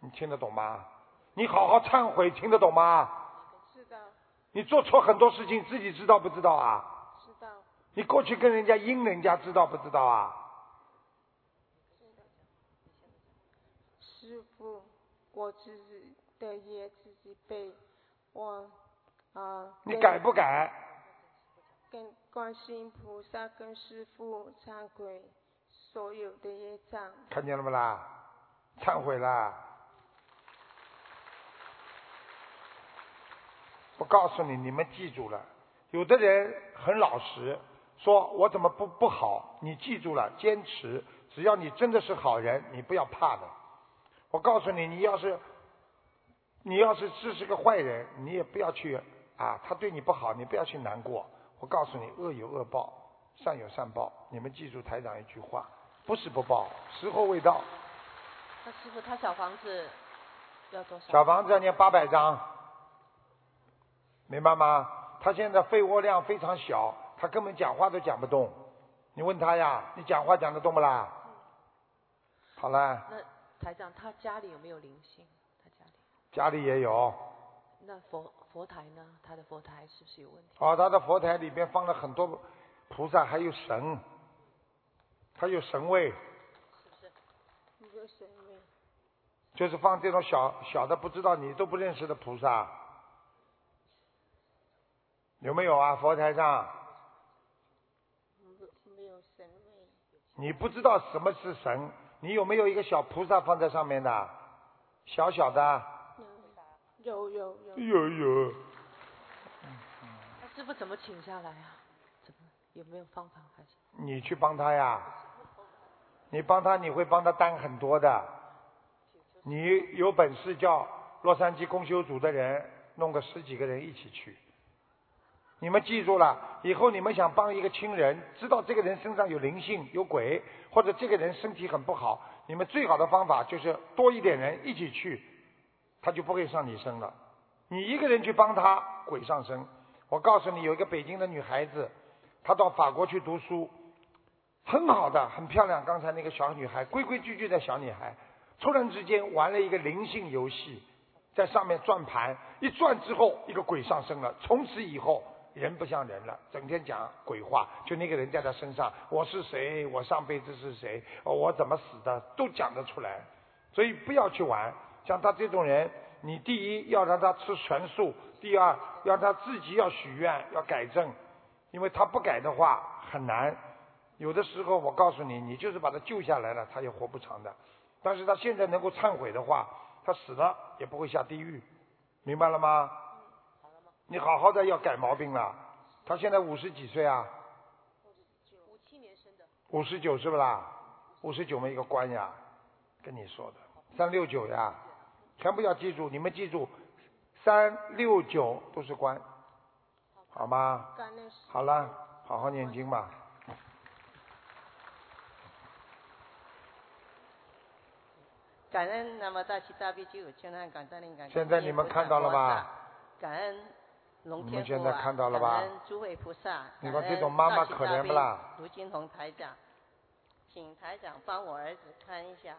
S2: 你听得懂吗？你好好忏悔，听得懂吗？
S10: 知道
S2: 你做错很多事情，自己知道不知道啊？
S10: 知道，
S2: 你过去跟人家阴人家，知道不知道啊？
S10: 师傅，我自己的业自己背，我啊。
S2: 你
S10: 跟
S2: 改不？改？
S10: 跟观世音菩萨、跟师傅忏悔所有的业障。
S2: 看见了不啦？忏悔啦！我告诉你，你们记住了。有的人很老实，说我怎么不不好？你记住了，坚持。只要你真的是好人，你不要怕的。我告诉你，你要是你要是只是个坏人，你也不要去啊，他对你不好，你不要去难过。我告诉你，恶有恶报，善有善报。你们记住台长一句话：不是不报，时候未到。
S8: 那师傅他小房子要多少？
S2: 小房子要念八百张，明白吗？他现在肺活量非常小，他根本讲话都讲不动。你问他呀，你讲话讲得动不啦？好了，
S8: 那台长他家里有没有灵性？他家里
S2: 家里也有。
S8: 那佛佛台呢？他的佛台是不是有问题？
S2: 哦，他的佛台里边放了很多菩萨，还有神，他有神位，
S10: 你有神位，
S2: 就是放这种小小的不知道你都不认识的菩萨，有没有啊？佛台上
S10: 没没有神位，
S2: 你不知道什么是神，你有没有一个小菩萨放在上面的？小小的，
S10: 有有有。
S2: 有有。
S8: 那师傅怎么请下来啊？怎么有没有方法？还是
S2: 你去帮他呀，你帮他你会帮他担很多的。你有本事叫洛杉矶公修组的人弄个十几个人一起去。你们记住了，以后你们想帮一个亲人，知道这个人身上有灵性、有鬼，或者这个人身体很不好，你们最好的方法就是多一点人一起去，他就不会上你身了。你一个人去帮他，鬼上身。我告诉你，有一个北京的女孩子，她到法国去读书，很好的，很漂亮。刚才那个小女孩，规规矩矩的小女孩，突然之间玩了一个灵性游戏，在上面转盘，一转之后，一个鬼上身了。从此以后，人不像人了，整天讲鬼话，就那个人在他身上，我是谁，我上辈子是谁，哦我怎么死的，都讲得出来。所以不要去玩，像他这种人，你第一要让他吃全素，第二要他自己要许愿，要改正，因为他不改的话很难。有的时候我告诉你，你就是把他救下来了，他也活不长的。但是他现在能够忏悔的话，他死了也不会下地狱，明白了吗？你好好的要改毛病了。他现在五十几岁啊，
S12: 五七年生的，
S2: 五十九是不啦？五十九没一个关呀，跟你说的三六九呀，全部要记住，你们记住，三六九都是关，好吗？
S12: 干那是
S2: 好了，好好念经吧。
S12: 感恩南无大慈大悲救苦救难广大灵感。
S2: 现在你们看到了吧？
S12: 感恩龙
S2: 你
S12: 天
S2: 们
S12: 护法
S2: 现在看到了吧
S12: 感恩诸位菩萨。
S2: 你
S12: 感
S2: 看
S12: 恩
S2: 这种妈妈
S12: 大慈大
S2: 可怜不啦
S12: 悲卢金红台长，请台长帮我儿子看一下，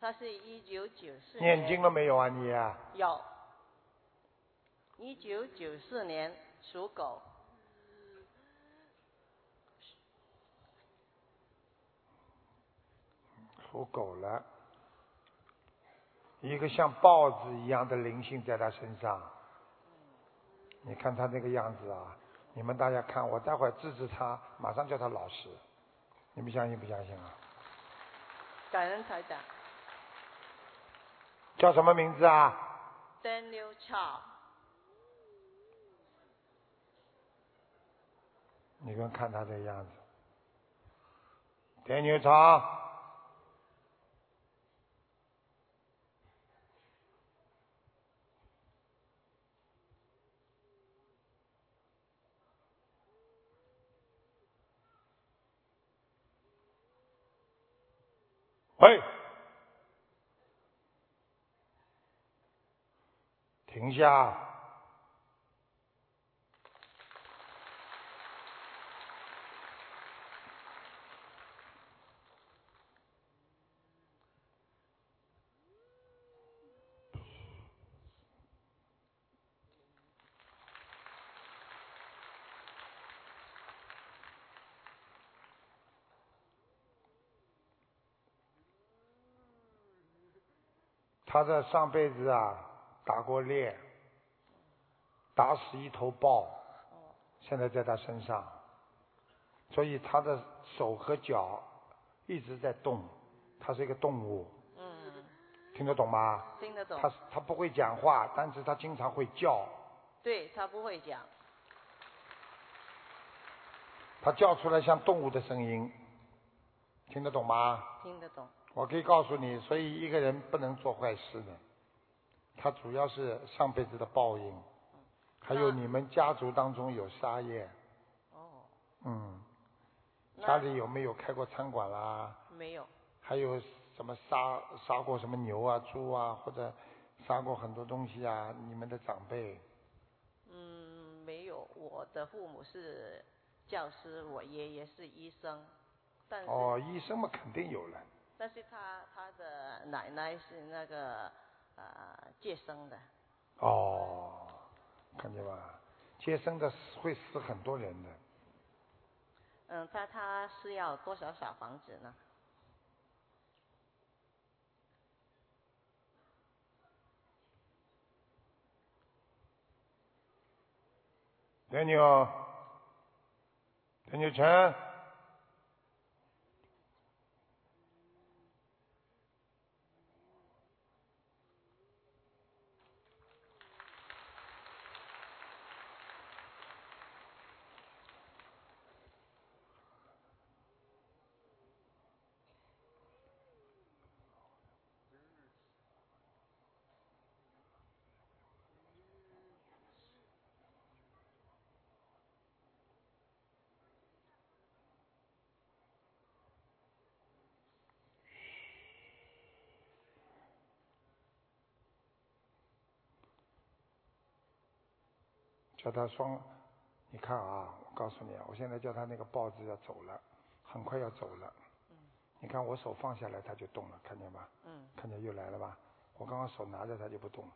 S12: 他是一九九四年。
S2: 念经了没有啊你啊？
S12: 有。一九九四年属狗，
S2: 属狗了，一个像豹子一样的灵性在他身上。你看他那个样子啊，你们大家看，我待会儿治治他，马上叫他老实。你们相信不相信啊？
S12: 感恩台长。
S2: 叫什么名字啊？
S12: Daniel Chow，
S2: 你们看他这个样子，田牛长，喂，停下。他在上辈子啊打过猎，打死一头豹，现在在他身上，所以他的手和脚一直在动，他是一个动物，
S12: 嗯，
S2: 听得懂吗？
S12: 听得懂。
S2: 他他不会讲话，但是他经常会叫，
S12: 对他不会讲，
S2: 他叫出来像动物的声音，听得懂吗？
S12: 听得懂。
S2: 我可以告诉你，所以一个人不能做坏事的，他主要是上辈子的报应，还有你们家族当中有杀业。哦。嗯，家里有没有开过餐馆啦？
S12: 没有，
S2: 还有什么杀杀过什么牛啊、猪啊，或者杀过很多东西啊？你们的长辈，
S12: 嗯，没有。我的父母是教师，我爷爷是医生，但是、
S2: 哦，医生嘛肯定有了。
S12: 但是他他的奶奶是那个呃接生的，
S2: 哦，看见吧，接生的死会死很多人的。
S12: 嗯，他他是要多少小房子呢？
S2: 田牛，田牛陈，叫他双，你看啊，我告诉你啊，我现在叫他那个豹子要走了，很快要走了。你看我手放下来，它就动了，看见吧？
S12: 嗯，
S2: 看见又来了吧？我刚刚手拿着它就不动，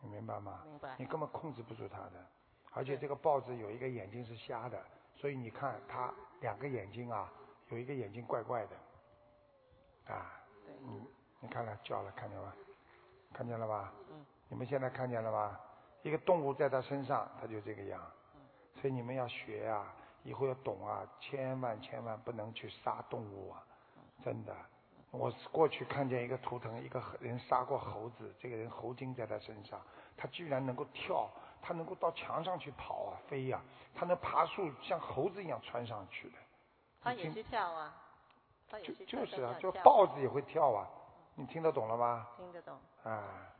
S2: 你明白吗？
S12: 明白
S2: 你根本控制不住它的，而且这个豹子有一个眼睛是瞎的，所以你看它两个眼睛啊，有一个眼睛怪怪的，啊，嗯，你看了叫了，看见吗？看见了吧？
S8: 嗯。
S2: 你们现在看见了吧？一个动物在它身上，它就这个样。所以你们要学啊，以后要懂啊，千万千万不能去杀动物啊，真的。我过去看见一个图腾，一个人杀过猴子，这个人猴精在他身上，他居然能够跳，他能够到墙上去跑啊，飞呀、他能爬树，像猴子一样穿上去的。
S12: 他也去跳啊，他也
S2: 就
S12: 去跳
S2: 就是啊，
S12: 跳
S2: 就
S12: 跳
S2: 豹子也会跳啊，你听得懂了吗？
S12: 听得懂。
S2: 啊，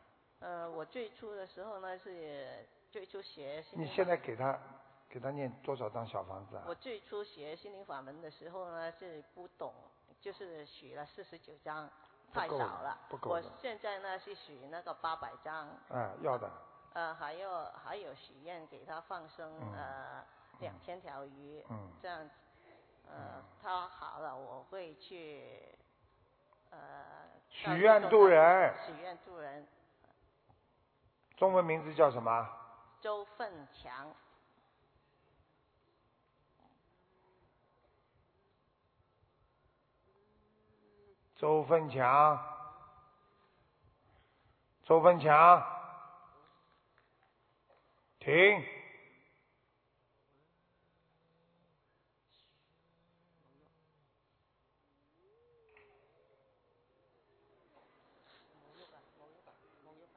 S12: 呃，我最初的时候呢是最初学心灵
S2: 你
S12: 法
S2: 现在给他给他念多少张小房子啊？
S12: 我最初学心灵法门的时候呢是不懂，就是许了四十九张，
S2: 不
S12: 太少
S2: 够的
S12: 了。
S2: 不够
S12: 我
S2: 的
S12: 现在呢是许那个八百张，
S2: 啊，要的，
S12: 呃，还有还有许愿给他放生、
S2: 嗯
S12: 呃两千条鱼，
S2: 嗯
S12: 这样子，呃，他好了，我会去呃
S2: 许
S12: 到处
S2: 愿
S12: 都
S2: 度
S12: 在
S2: 人
S12: 许愿度人，
S2: 中文名字叫什么？
S12: 周奋强，
S2: 周奋强，周奋强，停。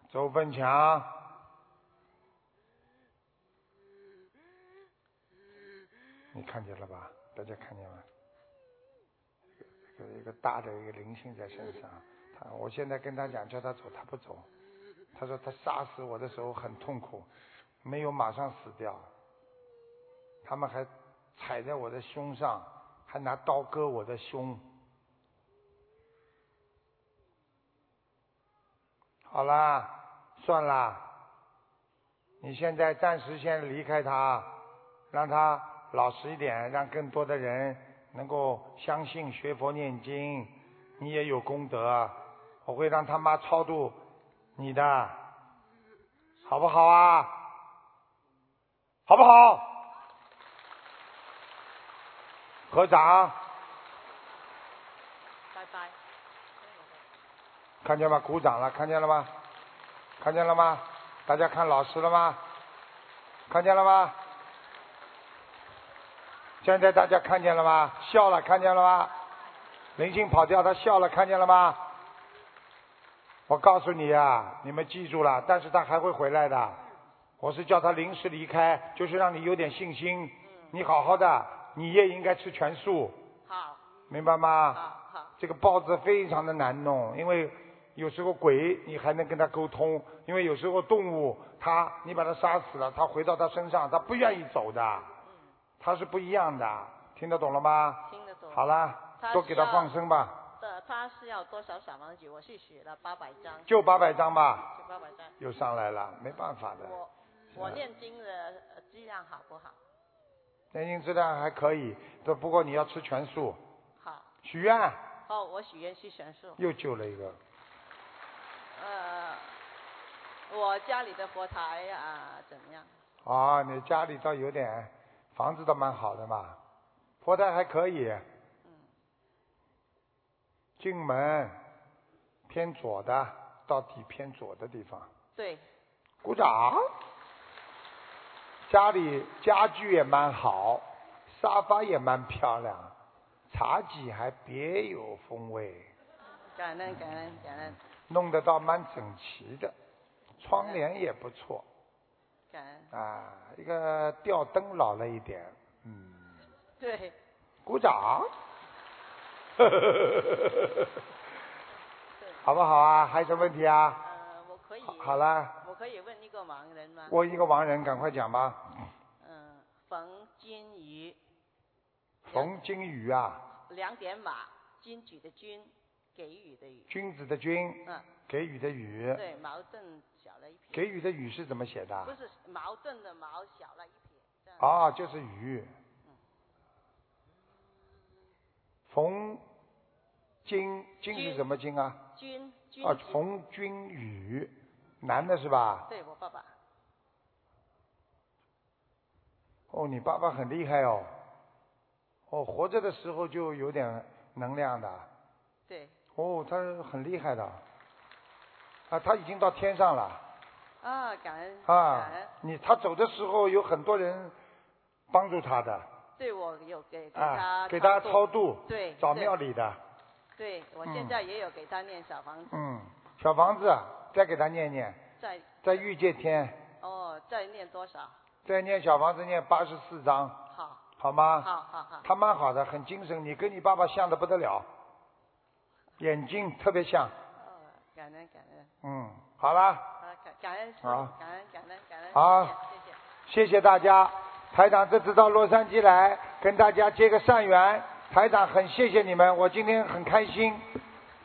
S2: 周奋强，你看见了吧？大家看见吗？有一个大的一个灵性在身上，他我现在跟他讲叫他走，他不走。他说他杀死我的时候很痛苦，没有马上死掉，他们还踩在我的胸上，还拿刀割我的胸。好啦，算啦，你现在暂时先离开他，让他老实一点，让更多的人能够相信学佛念经，你也有功德，啊我会让他妈超度你的，好不好啊？好不好？合掌，
S12: 拜拜。
S2: 看见吗？鼓掌了，看见了吗？看见了吗？大家看老师了吗？看见了吗？现在大家看见了吗？笑了，看见了吗？灵性跑掉，他笑了，看见了吗？我告诉你啊，你们记住了，但是他还会回来的。我是叫他临时离开，就是让你有点信心。你好好的，你也应该吃全素。
S12: 好，
S2: 明白吗？这个豹子非常的难弄，因为有时候鬼你还能跟它沟通，因为有时候动物它你把它杀死了，它回到它身上，它不愿意走的，它是不一样的，听得懂了吗？
S12: 听得懂。
S2: 好啦，
S12: 他
S2: 多
S12: 需
S2: 给它
S12: 要
S2: 放生吧，
S12: 呃，他是要多少小王子？我去许了八百张。
S2: 就八百张吧，
S12: 就八百张。
S2: 又上来了，没办法的。
S12: 我我念经的呃质量好不好？
S2: 念经质量还可以，这不过你要吃全素，
S12: 好。
S2: 许愿
S12: 哦，我许愿去全素。
S2: 又救了一个，
S12: 呃，我家里的佛台啊、怎么样？
S2: 啊，你家里倒有点，房子倒蛮好的嘛，佛台还可以。进门偏左的，到底偏左的地方，
S12: 对，
S2: 鼓掌。家里家具也蛮好，沙发也蛮漂亮，茶几还别有风味，
S12: 感恩感恩感恩
S2: 弄得倒蛮整齐的，窗帘也不错。
S12: 感恩，
S2: 啊，一个吊灯老了一点，嗯，
S12: 对，
S2: 鼓掌， *laughs* 好不好啊？还有什么问题啊？
S12: 呃，我可以。
S2: 好啦，
S12: 我可以问一个盲人吗？
S2: 问一个盲人，赶快讲吧。
S12: 嗯、冯金鱼，
S2: 冯金鱼啊，
S12: 两点马，金举的金，给予的予。
S2: 君子的君，
S12: 嗯，
S2: 给予的予，
S12: 对，矛盾小了一撇。
S2: 给予的予是怎么写的啊
S12: 不？是矛盾的矛，小了一撇。
S2: 哦，就是鱼。冯金金是什么金啊？
S12: 君君
S2: 哦
S12: 子，
S2: 冯君宇，男的是吧？
S12: 对我爸爸，
S2: 哦，你爸爸很厉害哦，哦，活着的时候就有点能量的，
S12: 对，
S2: 哦，他很厉害的，啊，他已经到天上了。
S12: 啊，感恩
S2: 啊
S12: 感恩，
S2: 你他走的时候有很多人帮助他的
S12: 对我有给给
S2: 啊，
S12: 他
S2: 给他
S12: 超
S2: 超度，
S12: 对，
S2: 找
S12: 对
S2: 庙里的，
S12: 对，我
S2: 嗯
S12: 现在也有给他念小房子，
S2: 嗯，小房子啊再给他念念，
S12: 再
S2: 在欲界天
S12: 哦再念多少？
S2: 再念小房子念八十四章，
S12: 好，
S2: 好吗？
S12: 好好好，
S2: 他蛮好的，很精神，你跟你爸爸像的不得了，眼睛特别像，
S12: 哦感恩感恩，
S2: 嗯，好啦，
S12: 啊感感恩师父
S2: 好
S12: 感恩感恩感恩，
S2: 好
S12: 谢谢谢谢。
S2: 谢谢大家，台长这次到洛杉矶来跟大家结个善缘，台长很谢谢你们，我今天很开心。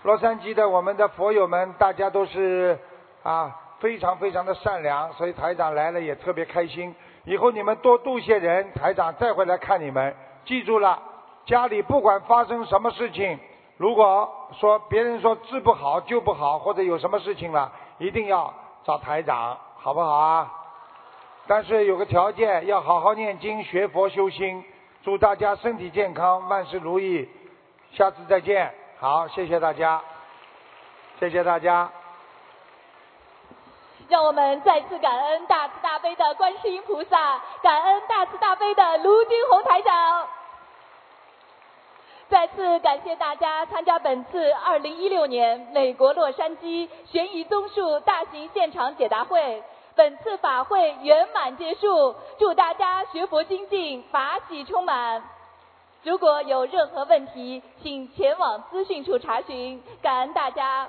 S2: 洛杉矶的我们的佛友们，大家都是啊非常非常的善良，所以台长来了也特别开心。以后你们多度些人，台长再回来看你们。记住了，家里不管发生什么事情，如果说别人说治不好、救不好，或者有什么事情了，一定要找台长，好不好啊？但是有个条件，要好好念经、学佛、修心。祝大家身体健康，万事如意。下次再见。好，谢谢大家，谢谢大家。
S1: 让我们再次感恩大慈大悲的观世音菩萨，感恩大慈大悲的卢军红台长。再次感谢大家参加本次2016年美国洛杉矶悬疑综述大型现场解答会。本次法会圆满结束，祝大家学佛精进，法喜充满。如果有任何问题，请前往资讯处查询。感恩大家。